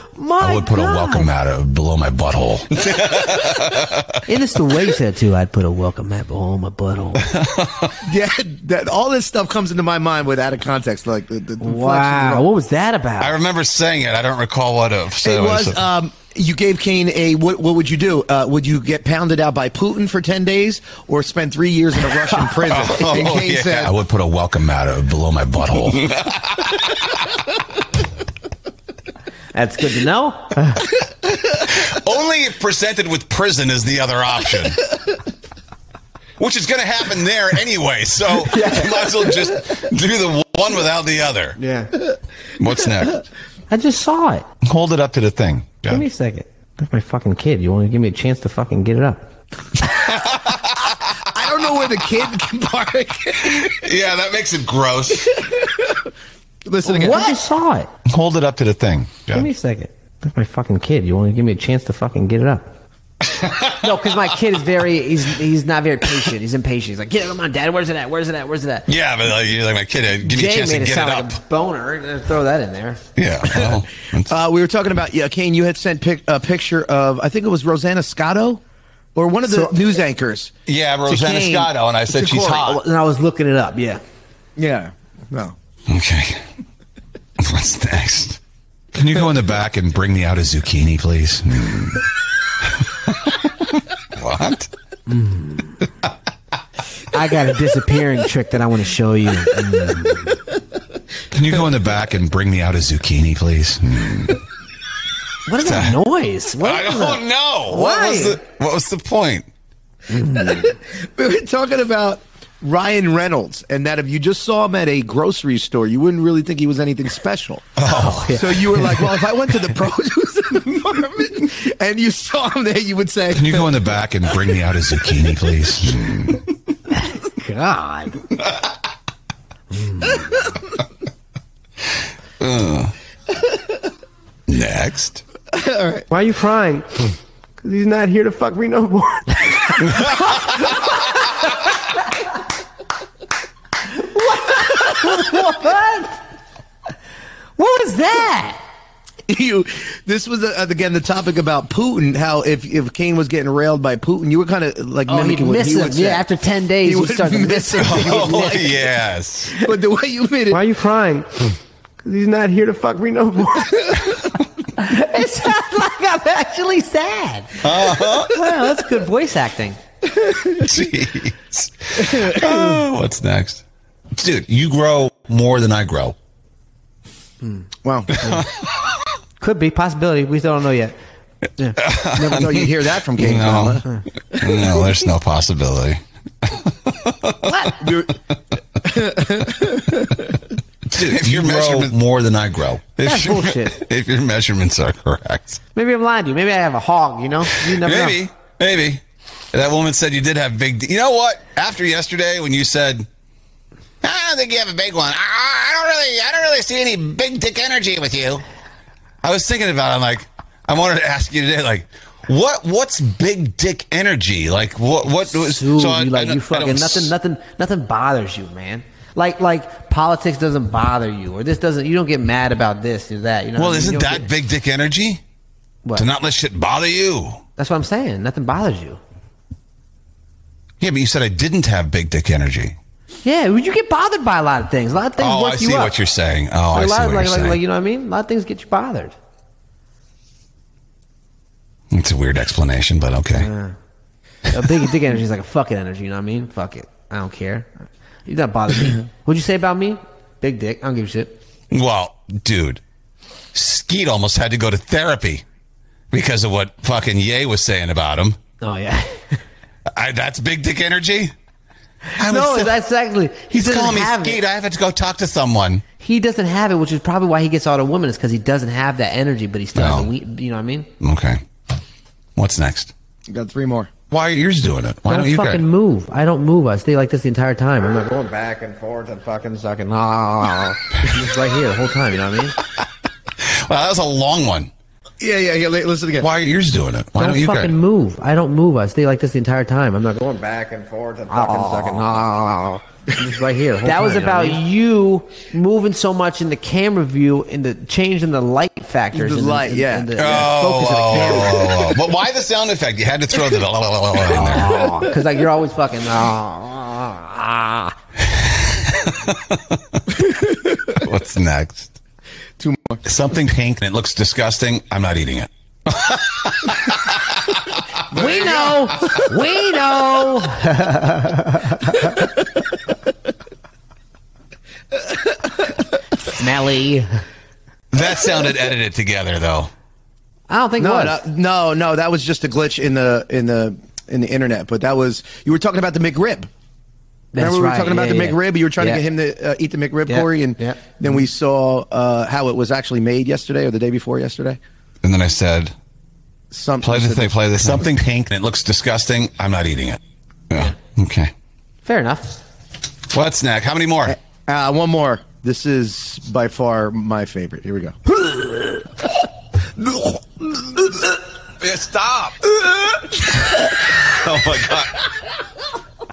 Speaker 3: my!
Speaker 4: I would put
Speaker 3: God.
Speaker 4: a welcome mat below my butthole.
Speaker 3: And it's the way you said it too. I'd put a welcome mat belond my butthole.
Speaker 5: Yeah, that all this stuff comes into my mind with out of context, like the, the the inflections and
Speaker 3: wow,
Speaker 5: all.
Speaker 3: what was that about?
Speaker 4: I remember saying it. I don't recall what it
Speaker 5: It was. Um, you gave Kane a what? What would you do? Uh, would you get pounded out by Putin for ten days, or spend three years in a Russian prison?
Speaker 4: Oh,
Speaker 5: and Kane
Speaker 4: yeah.
Speaker 5: said,
Speaker 4: I would put a uh, welcome mat below my butthole.
Speaker 3: That's good to know.
Speaker 4: Only if presented with prison is the other option. Which is going to happen there anyway, so you might as well just do the one without the other.
Speaker 3: Yeah.
Speaker 4: What's next?
Speaker 3: I just saw it.
Speaker 4: Hold it up to the thing.
Speaker 3: Give me a second. That's my fucking kid. You want to give me a chance to fucking get it up?
Speaker 5: I don't know where the kid can park.
Speaker 4: Yeah, that makes it gross.
Speaker 5: Listen again.
Speaker 3: I just saw it.
Speaker 4: Hold it up to the thing.
Speaker 3: Give me a second. That's my fucking kid. You want to give me a chance to fucking get it up? no, because my kid is very. He's he's not very patient. He's impatient. He's like, get it, come on, dad. Where's it at? Where's it at? Where's it at?
Speaker 4: Yeah, but like, you're like my kid, uh, give me a
Speaker 3: Jay
Speaker 4: chance to
Speaker 3: made it
Speaker 4: get it
Speaker 3: sound
Speaker 4: up.
Speaker 3: like a boner. Throw that in there.
Speaker 4: yeah. well,
Speaker 5: Uh, we were talking about yeah, Kane. You had sent pic- a picture of I think it was Rosanna Scotto, or one of the news anchors.
Speaker 4: yeah,
Speaker 5: To
Speaker 4: Rosanna
Speaker 5: Kane-
Speaker 4: Scotto, and I said
Speaker 5: to
Speaker 4: she's
Speaker 5: Corey.
Speaker 4: hot.
Speaker 3: And I was looking it up. Yeah.
Speaker 5: Yeah. No.
Speaker 4: Okay. What's next? Can you go in the back and bring me out a zucchini, please? Mm. what?
Speaker 3: I got a disappearing trick that I want to show you.
Speaker 4: Can you go in the back and bring me out a zucchini, please? Mm.
Speaker 3: What is that noise? What
Speaker 4: I
Speaker 3: is
Speaker 4: don't
Speaker 3: that?
Speaker 4: know. What
Speaker 3: Why?
Speaker 4: was the What was the point?
Speaker 5: We were talking about Ryan Reynolds, and that if you just saw him at a grocery store, you wouldn't really think he was anything special.
Speaker 4: Oh,
Speaker 5: So you were like, well, if I went to the produce department and you saw him there, you would say,
Speaker 4: can you go in the back and bring me out a zucchini, please? Mm.
Speaker 3: God.
Speaker 4: Next.
Speaker 3: Why are you crying? Because he's not here to fuck me no more. what? What was that?
Speaker 5: you this was uh, again the topic about Putin how if if Kane was getting railed by Putin you were kind of like
Speaker 3: Oh, he'd
Speaker 5: mimicking what
Speaker 3: miss
Speaker 5: he
Speaker 3: him.
Speaker 5: would say.
Speaker 3: Yeah, after 10 days,
Speaker 5: He
Speaker 3: he,
Speaker 5: would
Speaker 3: started to
Speaker 5: miss
Speaker 3: miss him.
Speaker 5: him.
Speaker 3: He would
Speaker 4: Oh
Speaker 3: miss-
Speaker 4: yes.
Speaker 5: but the way you made it
Speaker 3: you crying? Because he's not here to fuck me no more. it sounds like I'm actually sad. Wow, that's good voice acting.
Speaker 4: Jeez. Oh, what's next? Dude, you grow more than I grow.
Speaker 5: wow
Speaker 3: Could be possibility. We don't know yet.
Speaker 5: never thought you'd hear that from Kane Kala.
Speaker 4: No, no, there's no possibility.
Speaker 5: We were-
Speaker 4: Dude, if your measurements more than I grow, if
Speaker 3: That's
Speaker 4: your-
Speaker 3: bullshit.
Speaker 4: If your measurements are correct,
Speaker 3: Maybe I'm lying to you. Maybe I have a hog. You know, you never know.
Speaker 4: maybe, maybe. That woman said you did have big. D- you know what? After yesterday, when you said, "I don't think you have a big one," I, I I don't really, I don't really see any big dick energy with you. I was thinking about. It, I'm like, I wanted to ask you today, like. What what's big dick energy like? What what?
Speaker 3: Dude,
Speaker 4: I-
Speaker 3: you
Speaker 4: I
Speaker 3: like
Speaker 4: don't-
Speaker 3: you
Speaker 4: I don't
Speaker 3: fucking nothing,
Speaker 4: s-
Speaker 3: nothing, nothing bothers you, man. Like like politics doesn't bother you, or this doesn't. You don't get mad about this or that. You know. what I
Speaker 4: Well,
Speaker 3: mean?
Speaker 4: isn't
Speaker 3: You don't
Speaker 4: that
Speaker 3: get-
Speaker 4: big dick energy?
Speaker 3: What?
Speaker 4: To not let shit bother you.
Speaker 3: That's what I'm saying. Nothing bothers you.
Speaker 4: Yeah, but you said I didn't have big dick energy.
Speaker 3: Yeah, well, you get bothered by a lot of things. A lot of things
Speaker 4: Oh,
Speaker 3: work
Speaker 4: I
Speaker 3: you
Speaker 4: see
Speaker 3: up.
Speaker 4: what you're saying. Oh,
Speaker 3: Like,
Speaker 4: I
Speaker 3: a lot
Speaker 4: see
Speaker 3: of-
Speaker 4: what
Speaker 3: like,
Speaker 4: you're
Speaker 3: like,
Speaker 4: saying.
Speaker 3: like, you know what I mean? A lot of things get you bothered.
Speaker 4: It's a weird explanation, but okay.
Speaker 3: A big dick energy is like a fucking energy. You know what I mean? Fuck it. I don't care. You don't bother me. What'd you say about me? Big dick. I don't give a shit.
Speaker 4: Well, dude, Skeet almost had to go to therapy because of what fucking Ye was saying about him.
Speaker 3: Oh yeah.
Speaker 4: I, that's big dick energy. I was
Speaker 3: no,
Speaker 4: so-
Speaker 3: that's actually he
Speaker 4: he's
Speaker 3: doesn't
Speaker 4: calling me
Speaker 3: have it.
Speaker 4: Skeet. I have to go talk to someone.
Speaker 3: He doesn't have it, which is probably why he gets all the women. Is because he doesn't have that energy, but he still has
Speaker 4: No.
Speaker 3: a we You know what I mean?
Speaker 4: Okay, what's next?
Speaker 5: got three more
Speaker 4: Why are yours doing it? Why
Speaker 3: I
Speaker 4: don't,
Speaker 3: don't
Speaker 4: you
Speaker 3: fucking
Speaker 4: guys?
Speaker 3: move. I don't move. I stay like this the entire time. I'm not going back and forth and fucking sucking. Ah, just right here the whole time. You know what I mean?
Speaker 4: Well, that was a long one.
Speaker 5: yeah yeah yeah li- listen again
Speaker 4: Why are yours doing it? Why
Speaker 3: I
Speaker 4: don't,
Speaker 3: don't,
Speaker 4: you
Speaker 3: fucking
Speaker 4: guys?
Speaker 3: move. I don't move. I stay like this the entire time. I'm not going back and forth and fucking sucking. Ah, just right here. the whole
Speaker 8: That
Speaker 3: time,
Speaker 8: was
Speaker 3: you know what I
Speaker 8: about
Speaker 3: mean?
Speaker 8: you moving so much in the camera view and the change in the light factors.
Speaker 5: The
Speaker 8: and
Speaker 5: light,
Speaker 8: and-
Speaker 5: yeah.
Speaker 8: and the-
Speaker 4: Oh,
Speaker 8: focus of the
Speaker 4: oh,
Speaker 8: camera.
Speaker 4: oh, oh. but why the sound effect? You had to throw the la, la, la, la, la in there.
Speaker 8: Oh,
Speaker 3: Because like you're always fucking. Ah, ah,
Speaker 4: What's next?
Speaker 5: Two
Speaker 4: more. Something pink and it looks disgusting. I'm not eating it.
Speaker 3: ah. We know. we know. Smelly.
Speaker 4: That sounded edited together, though.
Speaker 3: I don't think
Speaker 5: no,
Speaker 3: it
Speaker 5: no, no, no, That was just a glitch in the in the in the internet. But that was you were talking about the McRib.
Speaker 3: That's
Speaker 5: Remember we were
Speaker 3: right.
Speaker 5: talking about
Speaker 3: Yeah,
Speaker 5: the
Speaker 3: yeah.
Speaker 5: McRib. You were trying
Speaker 3: Yeah.
Speaker 5: to get him to uh, eat the McRib,
Speaker 3: Yeah.
Speaker 5: Corey, and then we saw uh, how it was actually made yesterday or the day before yesterday.
Speaker 4: And then I said,
Speaker 5: Something.
Speaker 4: play the thing, play this. Something pink and it looks disgusting. I'm not eating it. Yeah. Okay.
Speaker 3: Fair enough.
Speaker 4: What's next? How many more?
Speaker 5: Uh, one more. This is by far my favorite. Here we go.
Speaker 4: Yeah, stop. oh my god.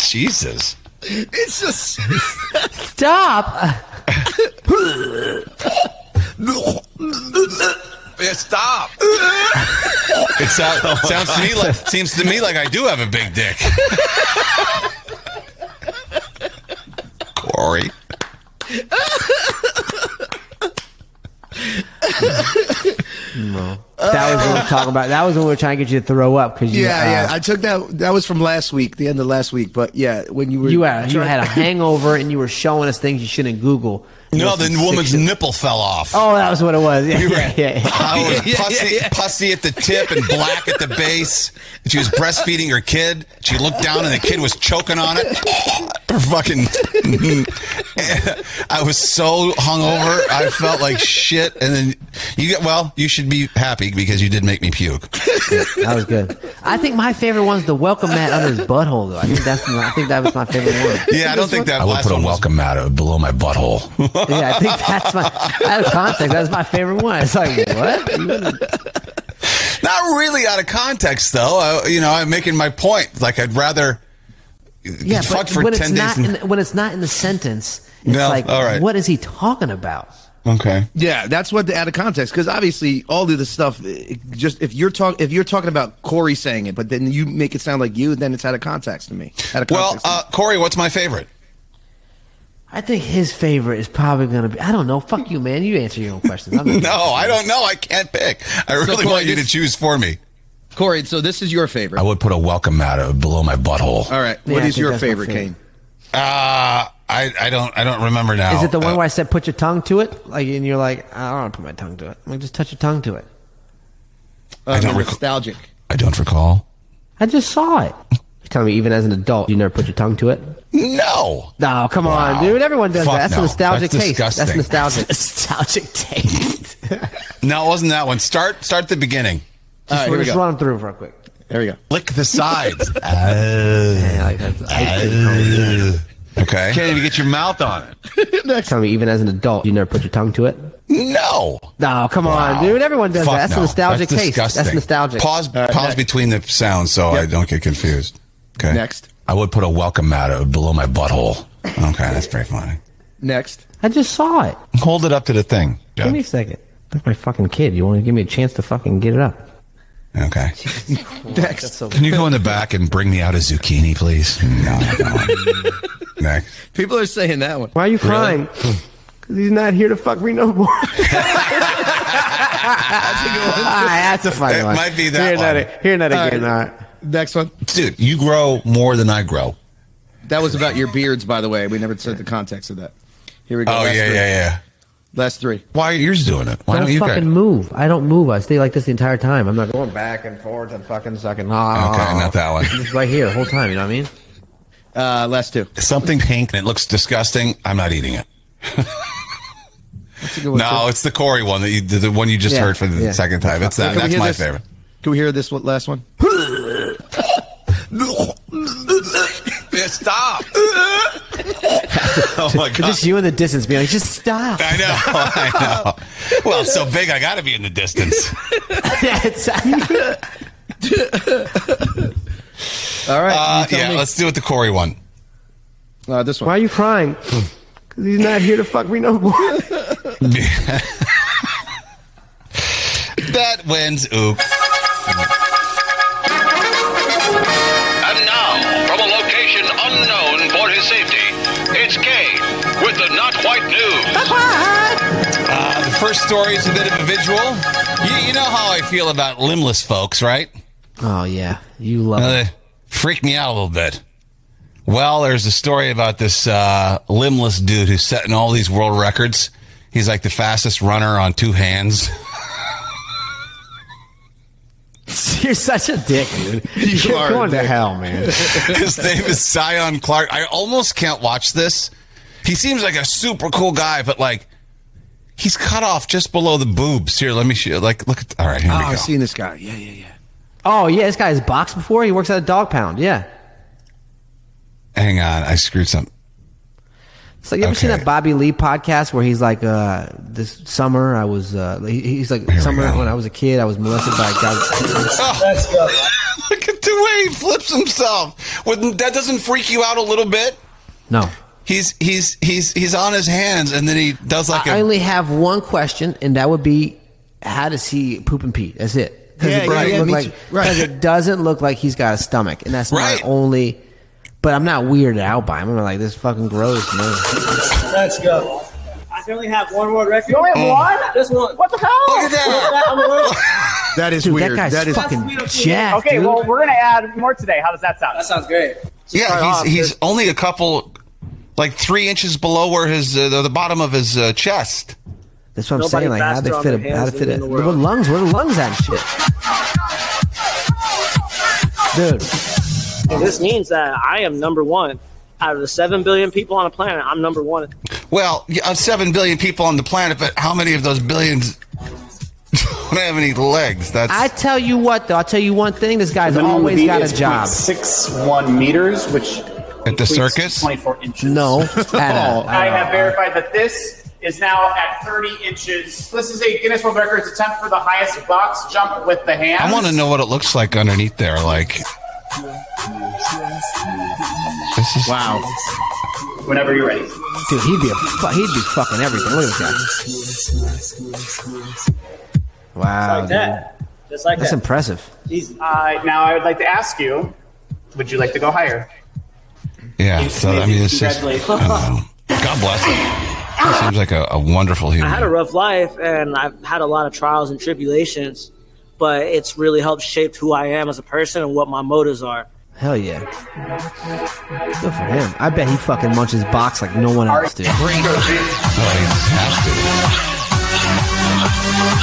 Speaker 4: Jesus.
Speaker 7: It's just.
Speaker 3: Stop.
Speaker 4: Yeah, stop. It sounds, sounds to me like seems to me like I do have a big dick. Corey.
Speaker 3: No. That was what we were talking about. That was when we were trying to get you to throw up because you,
Speaker 5: Yeah, yeah.
Speaker 3: uh,
Speaker 5: I took that. That was from last week, the end of last week. But yeah, when you were
Speaker 3: you, had, you
Speaker 5: trying-
Speaker 3: had a hangover and you were showing us things you shouldn't Google.
Speaker 4: No,
Speaker 3: Those
Speaker 4: the
Speaker 3: sick
Speaker 4: woman's
Speaker 3: shit.
Speaker 4: nipple fell off.
Speaker 3: Oh, that was what it was. Yeah, yeah, yeah, yeah.
Speaker 4: I was pussy, pussy at the tip and black at the base. She was breastfeeding her kid. She looked down and the kid was choking on it. Her fucking. I was so hungover. I felt like shit. And then you get well. You should be happy because you did make me puke.
Speaker 3: That was good. I think my favorite one's the welcome mat under his butthole. Though I think that's my, I think that was my favorite one.
Speaker 4: Yeah, I don't think that.
Speaker 5: I would
Speaker 4: last
Speaker 5: put a
Speaker 4: one was-
Speaker 5: welcome uh,
Speaker 4: mat below my butthole.
Speaker 3: Yeah, I think that's my out of context. That's my favorite one. It's like what?
Speaker 4: Not really out of context though. I, you know, I'm making my point. Like I'd rather.
Speaker 3: Yeah,
Speaker 4: get
Speaker 3: but
Speaker 4: fucked for
Speaker 3: when it's
Speaker 4: ten days.
Speaker 3: not
Speaker 4: and-
Speaker 3: in, when it's not in the sentence, it's
Speaker 4: No,
Speaker 3: like
Speaker 4: all right.
Speaker 3: what is he talking about?
Speaker 4: okay.
Speaker 5: Yeah, that's what the out of context because obviously all of this stuff. it- Just if you're talking, if you're talking about Corey saying it, but then you make it sound like you, then it's out of context to me. Out of
Speaker 4: Well,
Speaker 5: context.
Speaker 4: uh, Corey, what's my favorite?
Speaker 3: I think his favorite is probably gonna be. I don't know. Fuck you, man. You answer your own questions. I'm not-
Speaker 4: No, Oh, I don't know. I can't pick. I
Speaker 5: So,
Speaker 4: really
Speaker 5: Corey,
Speaker 4: want you
Speaker 5: you-
Speaker 4: to choose for me.
Speaker 5: Corey, so this is your favorite.
Speaker 4: would put a welcome mat uh, below my butthole.
Speaker 5: all right,
Speaker 3: Yeah,
Speaker 5: what
Speaker 3: I
Speaker 5: is
Speaker 3: think
Speaker 5: your
Speaker 3: that's my
Speaker 5: favorite,
Speaker 3: favorite.
Speaker 5: Kane?
Speaker 4: Uh, I, I don't I don't remember now.
Speaker 3: Is it the one
Speaker 4: Uh,
Speaker 3: where I said put your tongue to it? Like, and you're like, I don't want to put my tongue to it. I'm like, just touch your tongue to it.
Speaker 4: I don't
Speaker 5: Um,
Speaker 4: recall.
Speaker 5: nostalgic.
Speaker 4: I don't recall.
Speaker 3: I just saw it. You're telling me even as an adult, you never put your tongue to it?
Speaker 4: No.
Speaker 3: No, come
Speaker 4: Wow.
Speaker 3: on, dude. Everyone does
Speaker 4: Fuck
Speaker 3: that. That's
Speaker 4: no.
Speaker 3: a nostalgic
Speaker 4: That's
Speaker 3: taste.
Speaker 4: disgusting.
Speaker 3: That's nostalgic. nostalgic taste.
Speaker 4: No, it wasn't that one. Start start at the beginning.
Speaker 5: All right, here we
Speaker 3: just
Speaker 5: go.
Speaker 3: run through real quick.
Speaker 5: Here we go.
Speaker 4: Lick the sides. Uh,
Speaker 3: Yeah, like, that's,
Speaker 4: okay.
Speaker 11: even get your mouth on it.
Speaker 3: you're telling me even as an adult, you never put your tongue to it?
Speaker 4: No.
Speaker 3: No, come
Speaker 4: Wow.
Speaker 3: on, dude. Everyone does
Speaker 4: Fuck
Speaker 3: that. That's
Speaker 4: no.
Speaker 3: a nostalgic
Speaker 4: That's
Speaker 3: taste. That's
Speaker 4: disgusting.
Speaker 3: nostalgic.
Speaker 4: Pause pause between the sounds so I don't get confused. Okay.
Speaker 5: Next.
Speaker 4: I would put a welcome mat uh, below my butthole. Okay, that's very funny.
Speaker 5: Next.
Speaker 3: I just saw it.
Speaker 4: Hold it up to the thing.
Speaker 3: Give me a second. That's my fucking kid. You want to give me a chance to fucking get it up?
Speaker 4: Okay.
Speaker 3: That's so
Speaker 4: Can you go in the back and bring me out a zucchini, please? No. no. Next.
Speaker 5: People are saying that one.
Speaker 3: Why are you crying? Because he's not here to fuck me no more. All right, that's a funny
Speaker 4: It
Speaker 3: one.
Speaker 4: might be that
Speaker 3: Hear
Speaker 4: one.
Speaker 3: that, hear that
Speaker 5: All
Speaker 3: again.
Speaker 5: right.
Speaker 3: All right.
Speaker 5: Next one.
Speaker 4: Dude, you grow more than I grow.
Speaker 5: That was about your beards, by the way. We never said the context of that. Here we go.
Speaker 4: Oh,
Speaker 5: Last
Speaker 4: yeah,
Speaker 5: three.
Speaker 4: yeah, yeah.
Speaker 5: Last three.
Speaker 4: Why are yours doing it? Why
Speaker 3: I
Speaker 4: don't,
Speaker 3: don't
Speaker 4: you
Speaker 3: fucking
Speaker 4: guys?
Speaker 3: move. I don't move. I stay like this the entire time. I'm not going back and forth and fucking sucking. Ah,
Speaker 4: Okay, not that one.
Speaker 3: I'm just right here the whole time. You know what I mean?
Speaker 5: Uh, last two.
Speaker 4: Something pink and it looks disgusting. I'm not eating it. No, it's the Corey one that you, the, the one you just
Speaker 3: Yeah,
Speaker 4: heard for the
Speaker 3: yeah.
Speaker 4: second time. It's
Speaker 5: Can
Speaker 4: that.
Speaker 5: we
Speaker 4: That's
Speaker 5: hear
Speaker 4: my
Speaker 5: this?
Speaker 4: favorite.
Speaker 5: Can we hear this one, last one?
Speaker 4: Yeah, stop. oh my
Speaker 3: It's just you in the distance being like, just stop.
Speaker 4: I know. I know. Well, it's so big, I got to be in the distance.
Speaker 3: That's-
Speaker 5: All right.
Speaker 4: Uh,
Speaker 5: you tell
Speaker 4: yeah,
Speaker 5: me.
Speaker 4: let's do it the Corey one.
Speaker 5: Uh, this one.
Speaker 3: Why are you crying? Because he's not here to fuck me no more.
Speaker 4: That wins. Oop.
Speaker 11: And now, from a location unknown for his safety, it's Kane with the Not White News.
Speaker 4: Uh, the first story is a bit of a visual. You, you know how I feel about limbless folks, right?
Speaker 3: oh yeah, you love
Speaker 4: Uh,
Speaker 3: it.
Speaker 4: they freak me out a little bit. Well, there's a story about this uh, limbless dude who's setting all these world records He's like the fastest runner on two hands.
Speaker 3: You're such a dick, dude. You are going to hell, man.
Speaker 4: His name is Sion Clark. I almost can't watch this. He seems like a super cool guy, but like he's cut off just below the boobs. Here, let me show. Like, look at. All right, here
Speaker 5: oh,
Speaker 4: we go.
Speaker 5: I've seen this guy. Yeah, yeah, yeah.
Speaker 3: Oh yeah, this guy's boxed before. He works at a dog pound. Yeah.
Speaker 4: Hang on, I screwed something.
Speaker 3: So you ever seen
Speaker 4: Okay.
Speaker 3: that Bobby Lee podcast where he's like, uh, this summer I was, uh, he- he's like, summer when I was a kid I was molested by guys.
Speaker 4: Oh. Look at the way he flips himself. Wouldn't that doesn't freak you out a little bit?
Speaker 3: No.
Speaker 4: He's he's he's he's on his hands, and then he does like a
Speaker 3: I only have one question, and that would be, how does he poop and pee? That's it. Because
Speaker 4: Yeah,
Speaker 3: it,
Speaker 4: yeah,
Speaker 3: doesn't
Speaker 4: yeah,
Speaker 3: look
Speaker 4: me
Speaker 3: like,
Speaker 4: too. Right.
Speaker 3: 'cause it doesn't look like he's got a stomach, and that's
Speaker 4: Right.
Speaker 3: my only. But I'm not weirded out by him. I'm like, this is fucking gross, man.
Speaker 12: Let's go. I can only have one world record.
Speaker 13: You only have Mm. one?
Speaker 12: Just one. What the hell? Look at that. I'm a world-
Speaker 5: That is
Speaker 3: Dude, that
Speaker 5: weird.
Speaker 3: guy's
Speaker 5: that is
Speaker 3: fucking jacked,
Speaker 13: okay,
Speaker 3: dude.
Speaker 13: well, we're going to add more today. How does that sound? That
Speaker 12: sounds great.
Speaker 4: Yeah, he's he's only a couple, like three inches below where his uh, the, the bottom of his uh, chest.
Speaker 3: That's what I'm
Speaker 4: Nobody
Speaker 3: saying. Like, how
Speaker 4: faster
Speaker 3: they
Speaker 4: on
Speaker 3: fit
Speaker 4: their
Speaker 3: it? How
Speaker 4: hands
Speaker 3: they fit
Speaker 4: than
Speaker 3: it?
Speaker 4: in the
Speaker 3: What lungs? Where the lungs at? and Shit, dude.
Speaker 12: This means that I am number one out of the seven billion people on the planet. I'm number one.
Speaker 4: Well, yeah, uh, seven billion people on the planet, but how many of those billions don't have any legs? That's
Speaker 3: I tell you what, though. I'll tell you one thing. This guy's always got a job.
Speaker 13: Six one meters, which
Speaker 4: at the circus.
Speaker 13: Twenty-four inches.
Speaker 3: No,
Speaker 4: Oh.
Speaker 13: I have verified that this is now at 30 inches. This is a Guinness World Records attempt for the highest box jump with the hand.
Speaker 4: I want to know what it looks like underneath there. Like this is
Speaker 5: wow.
Speaker 13: Whenever you're ready.
Speaker 3: Dude, he'd be a fu- he'd be fucking everything. Look at this guy. Wow,
Speaker 13: Like
Speaker 3: dude.
Speaker 13: that. Just like
Speaker 3: that's
Speaker 13: that.
Speaker 3: impressive.
Speaker 13: Uh, now I would like to ask you, would you like to go higher?
Speaker 4: yeah. So I mean, it's just
Speaker 13: Congratulations.
Speaker 4: God bless him. He seems like a, a wonderful
Speaker 12: I
Speaker 4: human.
Speaker 12: had a rough life and I've had a lot of trials and tribulations, but it's really helped shape who I am as a person and what my motives are.
Speaker 3: Hell yeah. Good for him. I bet he fucking munches box like no one else did.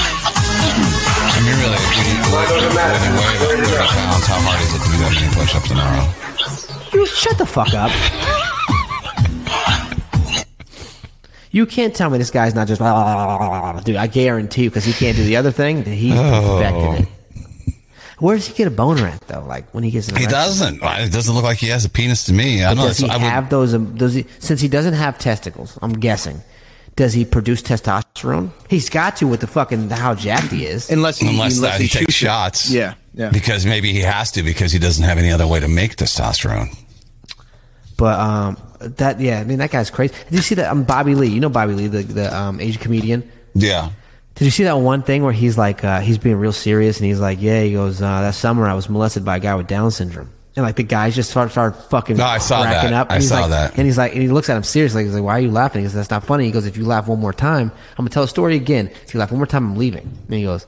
Speaker 4: I mean, really, if you lift when you weigh about 30 pounds, how hard is it to do that many push-ups in a row?
Speaker 3: You shut the fuck up. You can't tell me this guy's not just dude. I guarantee you, because he can't do the other thing. That he's perfected it. Where does he get a boner at though? Like when he gets an
Speaker 4: He
Speaker 3: erection?
Speaker 4: doesn't. I- It doesn't look like he has a penis to me.
Speaker 3: But
Speaker 4: I don't know.
Speaker 3: does he
Speaker 4: I would-
Speaker 3: have those? Um, does he, since he doesn't have testicles, I'm guessing. Does he produce testosterone? He's got to with the fucking how jacked he is.
Speaker 5: Unless
Speaker 4: unless, that, he, takes shots.
Speaker 5: Yeah, yeah.
Speaker 4: Because maybe he has to because he doesn't have any other way to make testosterone.
Speaker 3: But um, that yeah, I mean that guy's crazy. Did you see that? Um, Bobby Lee, you know Bobby Lee, the the um, Asian comedian.
Speaker 4: Yeah.
Speaker 3: Did you see that one thing where he's like uh, he's being real serious and he's like, yeah, he goes, uh, that summer I was molested by a guy with Down syndrome. And like the guys just start started fucking
Speaker 4: No, I saw
Speaker 3: cracking
Speaker 4: that.
Speaker 3: up. And
Speaker 4: I
Speaker 3: he's
Speaker 4: saw
Speaker 3: like,
Speaker 4: that.
Speaker 3: And he's like, and he looks at him seriously. He's like, "Why are you laughing?" He goes, "That's not funny." He goes, "If you laugh one more time, I'm gonna tell a story again. If you laugh one more time, I'm leaving." And he goes,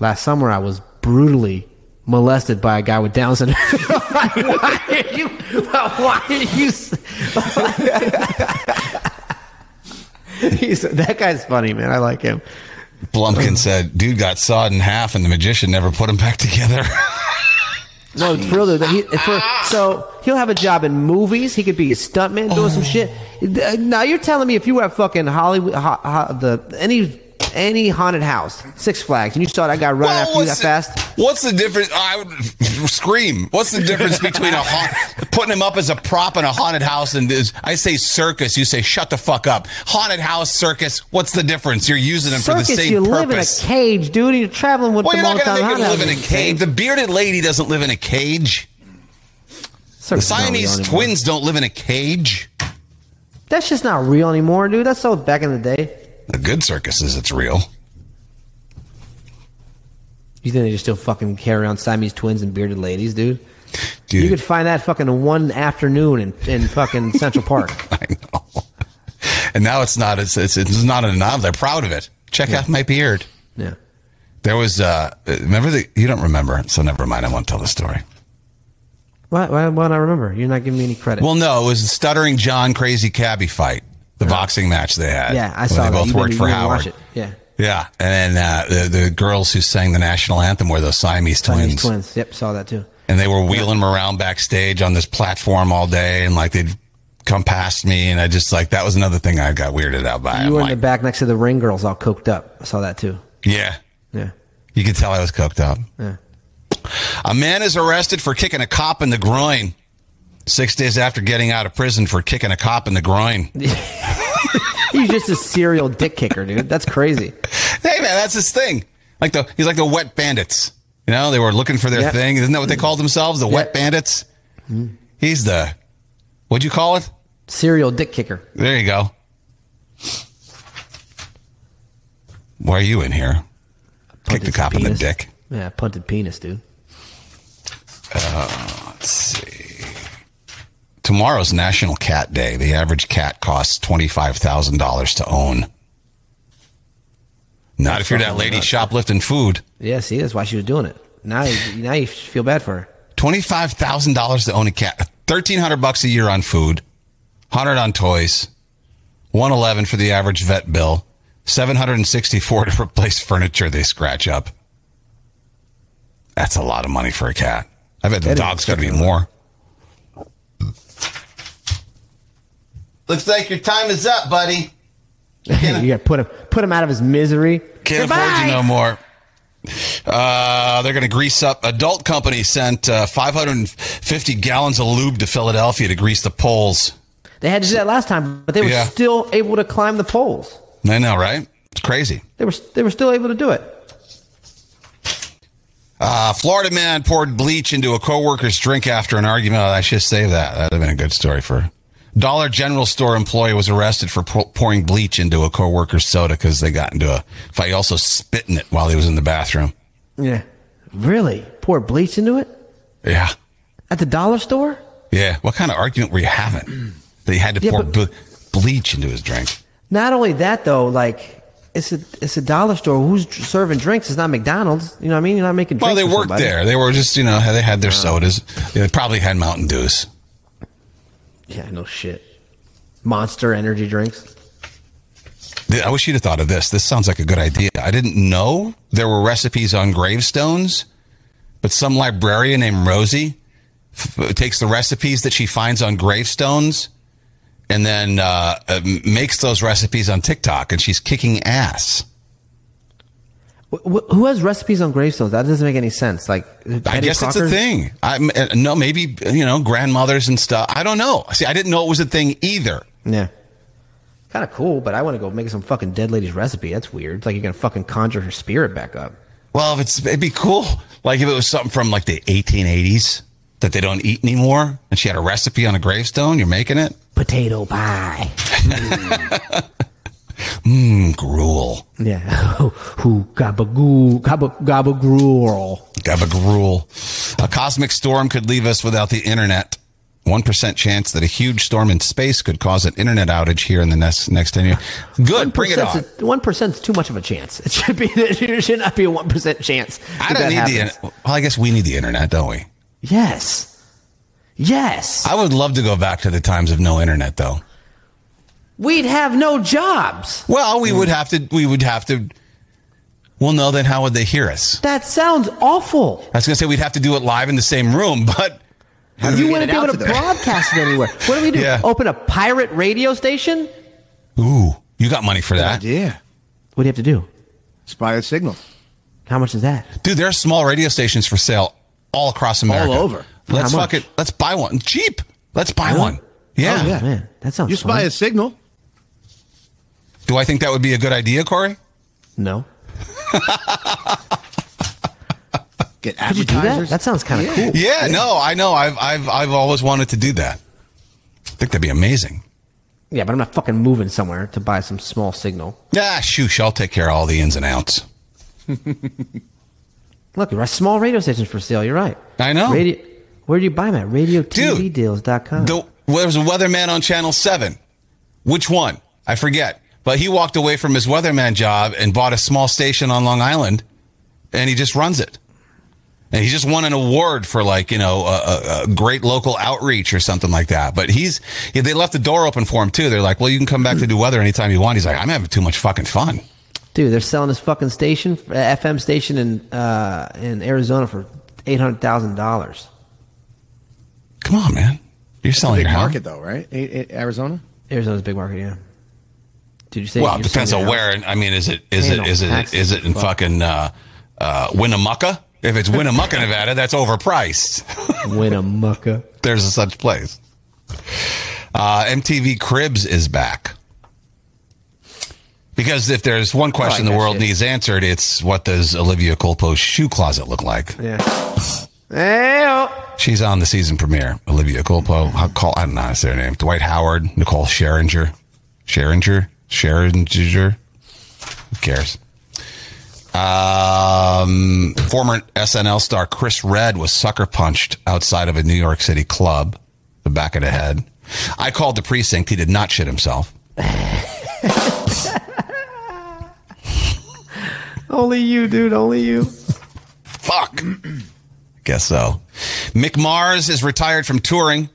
Speaker 3: "Last summer, I was brutally molested by a guy with Down syndrome." why are you? Why are you? s- he's, that guy's funny, man. I like him. Mm.
Speaker 4: Blumpkin said, dude got sawed in half and the magician never put him back together.
Speaker 3: No, for real. though, He, for, so he'll have a job in movies. He could be a stuntman doing
Speaker 4: Oh.
Speaker 3: some shit. Uh, Now you're telling me if you were at fucking Hollywood, ho, ho, the any any haunted house, Six Flags, and you saw that guy run after you that
Speaker 4: the,
Speaker 3: fast,
Speaker 4: What's the difference? I would scream. What's the difference between a haunt, putting him up as a prop in a haunted house and this? I say circus. You say shut the fuck up. Haunted house circus. What's the difference? You're using them for the
Speaker 3: circus,
Speaker 4: same
Speaker 3: you live in a
Speaker 4: purpose.
Speaker 3: cage, dude. and You're traveling with
Speaker 4: well, you're
Speaker 3: them all
Speaker 4: not
Speaker 3: the
Speaker 4: going to
Speaker 3: time.
Speaker 4: make him
Speaker 3: How
Speaker 4: live in
Speaker 3: the-
Speaker 4: a cage. The bearded lady doesn't live in a cage. The
Speaker 3: Circus is not
Speaker 4: Siamese
Speaker 3: real anymore.
Speaker 4: twins don't live in a cage.
Speaker 3: That's just not real anymore, dude. That's so back in the day.
Speaker 4: The good circuses, it's real.
Speaker 3: You think they just still fucking carry on Siamese twins and bearded ladies, dude?
Speaker 4: Dude.
Speaker 3: You could find that fucking one afternoon in, in fucking Central Park.
Speaker 4: And now it's not. It's it's, it's not a novel. They're proud of it. Check out my beard.
Speaker 3: Yeah.
Speaker 4: There was. uh Remember the? You don't remember, so never mind. I won't tell the story.
Speaker 3: Why, why, why don't I remember? You're not giving me any credit.
Speaker 4: Well, no, it was the stuttering John crazy cabbie fight. the boxing match they had.
Speaker 3: Yeah, I
Speaker 4: when
Speaker 3: saw
Speaker 4: They
Speaker 3: that.
Speaker 4: both
Speaker 3: You
Speaker 4: worked
Speaker 3: didn't-
Speaker 4: for
Speaker 3: you didn't watch it.
Speaker 4: Howard.
Speaker 3: Yeah.
Speaker 4: Yeah, and then uh, the the girls who sang the national anthem were those Siamese
Speaker 3: Siamese
Speaker 4: twins,
Speaker 3: twins. Yep, saw that too.
Speaker 4: and they were wheeling them around backstage on this platform all day, and like they'd come past me, and I just like that was another thing I got weirded out by.
Speaker 3: You were in the back next to the ring girls, all coked up. I saw that too.
Speaker 4: Yeah,
Speaker 3: Yeah.
Speaker 4: you could tell I was cooked up.
Speaker 3: Yeah.
Speaker 4: A man is arrested for kicking a cop in the groin. Six days after getting out of prison for kicking a cop in the groin.
Speaker 3: He's just a serial dick kicker, dude. That's crazy.
Speaker 4: hey man, that's his thing. Like the he's like the wet bandits. You know, they were looking for their
Speaker 3: Yep.
Speaker 4: thing. Isn't that
Speaker 3: Mm.
Speaker 4: what they called themselves? The wet bandits.
Speaker 3: Mm-hmm.
Speaker 4: He's the what'd you call it?
Speaker 3: Serial dick kicker.
Speaker 4: There you go. Why are you in here? Kick the cop in the dick.
Speaker 3: Yeah, punted penis, dude.
Speaker 4: Uh, let's see. Tomorrow's National Cat Day. The average cat costs twenty five thousand dollars to own. Not if you're that lady shoplifting food.
Speaker 3: Yeah, see, that's why she was doing it. Now, you- now you feel bad for her.
Speaker 4: Twenty-five thousand dollars to own a cat. Thirteen hundred bucks a year on food, hundred on toys, one eleven for the average vet bill, seven hundred and sixty-four to replace furniture they scratch up. That's a lot of money for a cat. I bet the
Speaker 11: That is
Speaker 4: dog's got to be more. Looks like your time is up, buddy.
Speaker 3: you gotta put him put him out of his misery.
Speaker 4: Can't afford you no more. Uh, they're going to grease up. Adult company sent uh, 550 gallons of lube to Philadelphia to grease the poles.
Speaker 3: They had to do that last time, but they were
Speaker 4: Yeah.
Speaker 3: still able to climb the poles.
Speaker 4: I know, right? It's crazy.
Speaker 3: They were they were still able to do it.
Speaker 4: Uh, Florida man poured bleach into a coworker's drink after an argument. I should save that. That'd have been a good story for. Dollar General store employee was arrested for pour- pouring bleach into a coworker's soda because they got into a fight. He also spit in it while he was in the bathroom.
Speaker 3: Yeah, really? Pour bleach into it
Speaker 4: Yeah,
Speaker 3: at the dollar store?
Speaker 4: yeah. What kind of argument were you having? That he had to
Speaker 3: Yeah,
Speaker 4: pour
Speaker 3: but-
Speaker 4: ble- bleach into his drink.
Speaker 3: Not only that though, like it's a it's a dollar store. Who's dr- serving drinks? It's not McDonald's. You know what I mean? You're not making.
Speaker 4: Well,
Speaker 3: drinks
Speaker 4: they
Speaker 3: for
Speaker 4: worked
Speaker 3: somebody.
Speaker 4: there. They were just, you know, they had their sodas. They probably had Mountain Dews.
Speaker 3: Yeah, no shit. Monster energy drinks.
Speaker 4: I wish you'd have thought of this. This sounds like a good idea. I didn't know there were recipes on gravestones, but some librarian named Rosie f- takes the recipes that she finds on gravestones and then uh, uh, makes those recipes on TikTok, and she's kicking ass.
Speaker 3: Wh- wh- who has recipes on gravestones? That doesn't make any sense. Like,
Speaker 4: I
Speaker 3: Betty
Speaker 4: guess
Speaker 3: Crocker?
Speaker 4: it's a thing. I, uh, no, maybe, you know, grandmothers and stuff. I don't know. See, I didn't know it was a thing either.
Speaker 3: Yeah. Kind of cool, but I want to go make some fucking dead lady's recipe. That's weird. It's like you're gonna fucking conjure her spirit back up.
Speaker 4: Well, if it's it'd be cool. Like if it was something from like the 1880s that they don't eat anymore, and she had a recipe on a gravestone. You're making it.
Speaker 3: Potato pie.
Speaker 4: Mmm, gruel.
Speaker 3: Yeah. Who gabagoo gaba gabagruel.
Speaker 4: Gabagool. A cosmic storm could leave us without the internet. One percent chance that a huge storm in space could cause an internet outage here in the next next ten years. Good, bring it on.
Speaker 3: One percent's too much of a chance. It should be. There should not be a one percent chance.
Speaker 4: I don't need the. in- Well, I guess we need the internet, don't we?
Speaker 3: Yes. Yes.
Speaker 4: I would love to go back to the times of no internet, though.
Speaker 3: We'd have no jobs.
Speaker 4: Well, we
Speaker 3: Mm.
Speaker 4: would have to. We would have to. Well, no. Then how would they hear us?
Speaker 3: That sounds awful.
Speaker 4: I was going to say we'd have to do it live in the same room, but
Speaker 3: You wouldn't be able to broadcast it anywhere. What do we do?
Speaker 4: Yeah.
Speaker 3: Open a pirate radio station?
Speaker 4: Ooh, you got money for that,
Speaker 5: Yeah.
Speaker 3: What do you have to do?
Speaker 5: Inspired signal.
Speaker 3: How much is that?
Speaker 4: dude? There are small radio stations for sale all across America,
Speaker 5: over. For
Speaker 4: Let's
Speaker 5: how
Speaker 4: fuck it. Let's buy one cheap. Let's buy one. Yeah.
Speaker 5: Oh, yeah.
Speaker 3: Man, that sounds
Speaker 5: You spy a signal.
Speaker 4: Do I think that would be a good idea, Corey?
Speaker 3: No.
Speaker 5: Get
Speaker 3: Could you do that? That sounds kind of cool.
Speaker 4: Yeah, no, I know. I've I've I've always wanted to do that. I think that'd be amazing.
Speaker 3: Yeah, but I'm not fucking moving somewhere to buy some small signal.
Speaker 4: Ah, shoosh, I'll take care of all the ins and outs.
Speaker 3: Look, there are small radio stations for sale. You're right.
Speaker 4: I know.
Speaker 3: Radio, where do you buy them at? RadioTVDeals.com.
Speaker 4: The, well, there was a weatherman on Channel 7. Which one? I forget. But he walked away from his weatherman job and bought a small station on Long Island, and he just runs it. And he just won an award for like you know a, a, a great local outreach or something like that. But he's yeah, they left the door open for him too. They're like, well, you can come back to do weather anytime you want. He's like, I'm having too much fucking fun.
Speaker 3: Dude, they're selling this fucking station, uh, FM station in uh, in Arizona for eight hundred thousand dollars.
Speaker 4: Come on, man! You're selling
Speaker 5: big
Speaker 4: your house.
Speaker 5: market though, right? A- A- Arizona.
Speaker 3: Arizona's a big market, yeah. Did you say?
Speaker 4: Well, it
Speaker 3: you're
Speaker 4: depends
Speaker 3: selling
Speaker 4: on
Speaker 3: your
Speaker 4: where. I mean, is it is it
Speaker 3: Handle
Speaker 4: is it
Speaker 3: taxes.
Speaker 4: is it in
Speaker 3: Fuck.
Speaker 4: fucking uh, uh, Winnemucca? If it's Winnemucca, Nevada, that's overpriced.
Speaker 3: Winnemucca.
Speaker 4: There's a such place. Uh, MTV Cribs is back. Because if there's one question the
Speaker 3: that
Speaker 4: world
Speaker 3: shit.
Speaker 4: needs answered, it's what does Olivia Colpo's shoe closet look like?
Speaker 3: house? Yeah.
Speaker 4: She's on the season premiere. Olivia Culpo. How call? I don't know. That's their name. Dwight Howard, Nicole Scherringer, Scherringer, Scherringer. Who cares? Um, former SNL star Chris Red was sucker punched outside of a New York City club, the back of the head. I called the precinct. He did not shit himself.
Speaker 3: Only you, dude. Only you.
Speaker 4: Fuck. Guess so. Mick Mars is retired from touring.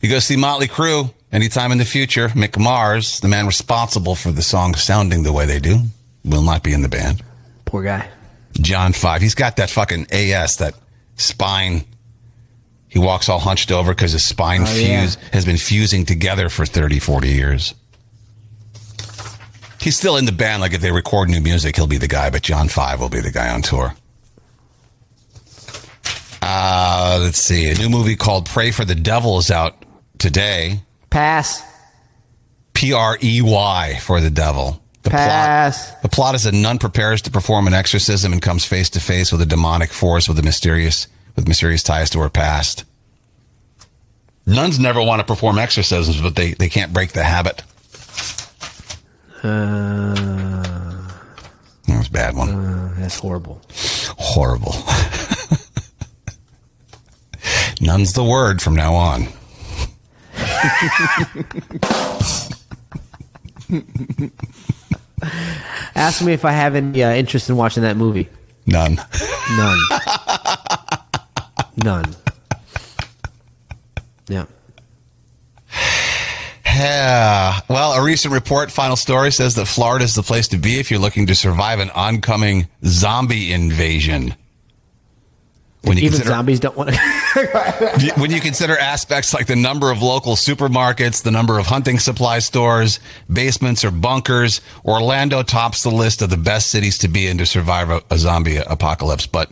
Speaker 4: You go see Motley Crue anytime in the future. Mick Mars, the man responsible for the songs sounding the way they do, will not be in the band.
Speaker 3: Poor guy.
Speaker 4: John Five. He's got that fucking AS, that spine. He walks all hunched over because his spine
Speaker 3: Oh, yeah.
Speaker 4: fuse has been fusing together for 30, 40 years. He's still in the band. Like if they record new music, he'll be the guy, but John Five will be the guy on tour. Uh, let's see. A new movie called Pray for the Devil is out today.
Speaker 3: Pass.
Speaker 4: P R E Y for the devil. The
Speaker 3: Pass.
Speaker 4: Plot, the plot is that a nun prepares to perform an exorcism and comes face to face with a demonic force with a mysterious with mysterious ties to her past. Nuns never want to perform exorcisms, but they, they can't break the habit.
Speaker 3: Uh,
Speaker 4: That was a bad one.
Speaker 3: uh, that's horrible.
Speaker 4: Horrible. Nuns the word from now on.
Speaker 3: Ask me if I have any uh, interest in watching that movie.
Speaker 4: None.
Speaker 3: None. None. Yeah.
Speaker 4: Yeah. Well, a recent report, final story, says that Florida is the place to be if you're looking to survive an oncoming zombie invasion. When you
Speaker 3: Even
Speaker 4: consider-
Speaker 3: zombies don't want to.
Speaker 4: when you consider aspects like the number of local supermarkets, the number of hunting supply stores, basements or bunkers, Orlando tops the list of the best cities to be in to survive a, a zombie apocalypse. But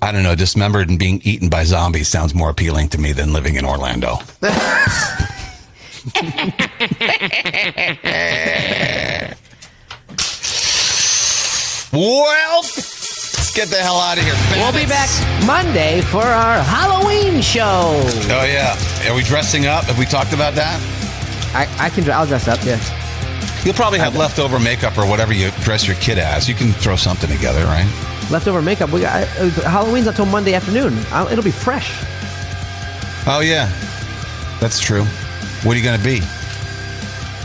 Speaker 4: I don't know, dismembered and being eaten by zombies sounds more appealing to me than living in Orlando. well, let's get the hell out of here.
Speaker 3: We'll be back Monday for our Halloween show.
Speaker 4: Oh yeah, are we dressing up? Have we talked about that?
Speaker 3: I, I can. I'll dress up. Yeah.
Speaker 4: You'll probably have leftover makeup or whatever you dress your kid as. You can throw something together, right?
Speaker 3: Leftover makeup. We got uh, Halloween's not till Monday afternoon. I'll, it'll be fresh.
Speaker 4: Oh yeah, that's true. What are you going to be?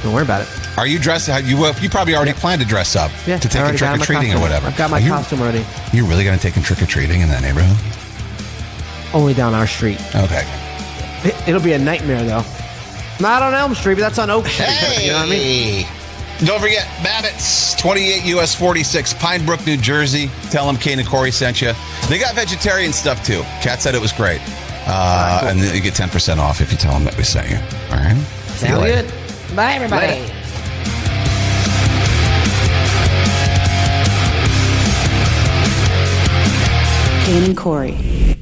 Speaker 3: Don't worry about it.
Speaker 4: Are you dressed? have You you probably already planned to dress up
Speaker 3: Yeah.
Speaker 4: to
Speaker 3: I
Speaker 4: take a
Speaker 3: already got
Speaker 4: trick
Speaker 3: my
Speaker 4: or treating or
Speaker 3: costume.
Speaker 4: whatever.
Speaker 3: I've got my
Speaker 4: Are you-
Speaker 3: costume already.
Speaker 4: You're really going to take him trick or treating in that neighborhood?
Speaker 3: Only down our street.
Speaker 4: Okay.
Speaker 3: It, will be a nightmare though. Not on Elm Street, but that's on Oak Street. You know what I mean?
Speaker 4: Don't forget Babbitt's 28 US 46 Pinebrook, New Jersey. Tell them Kane and Corey sent you. They got vegetarian stuff too. Kat said it was great. Uh, And then you get 10% off if you tell them that we sent you. All right. See you
Speaker 8: Sound
Speaker 4: later.
Speaker 8: good? Bye, everybody.
Speaker 1: Kane and Corey.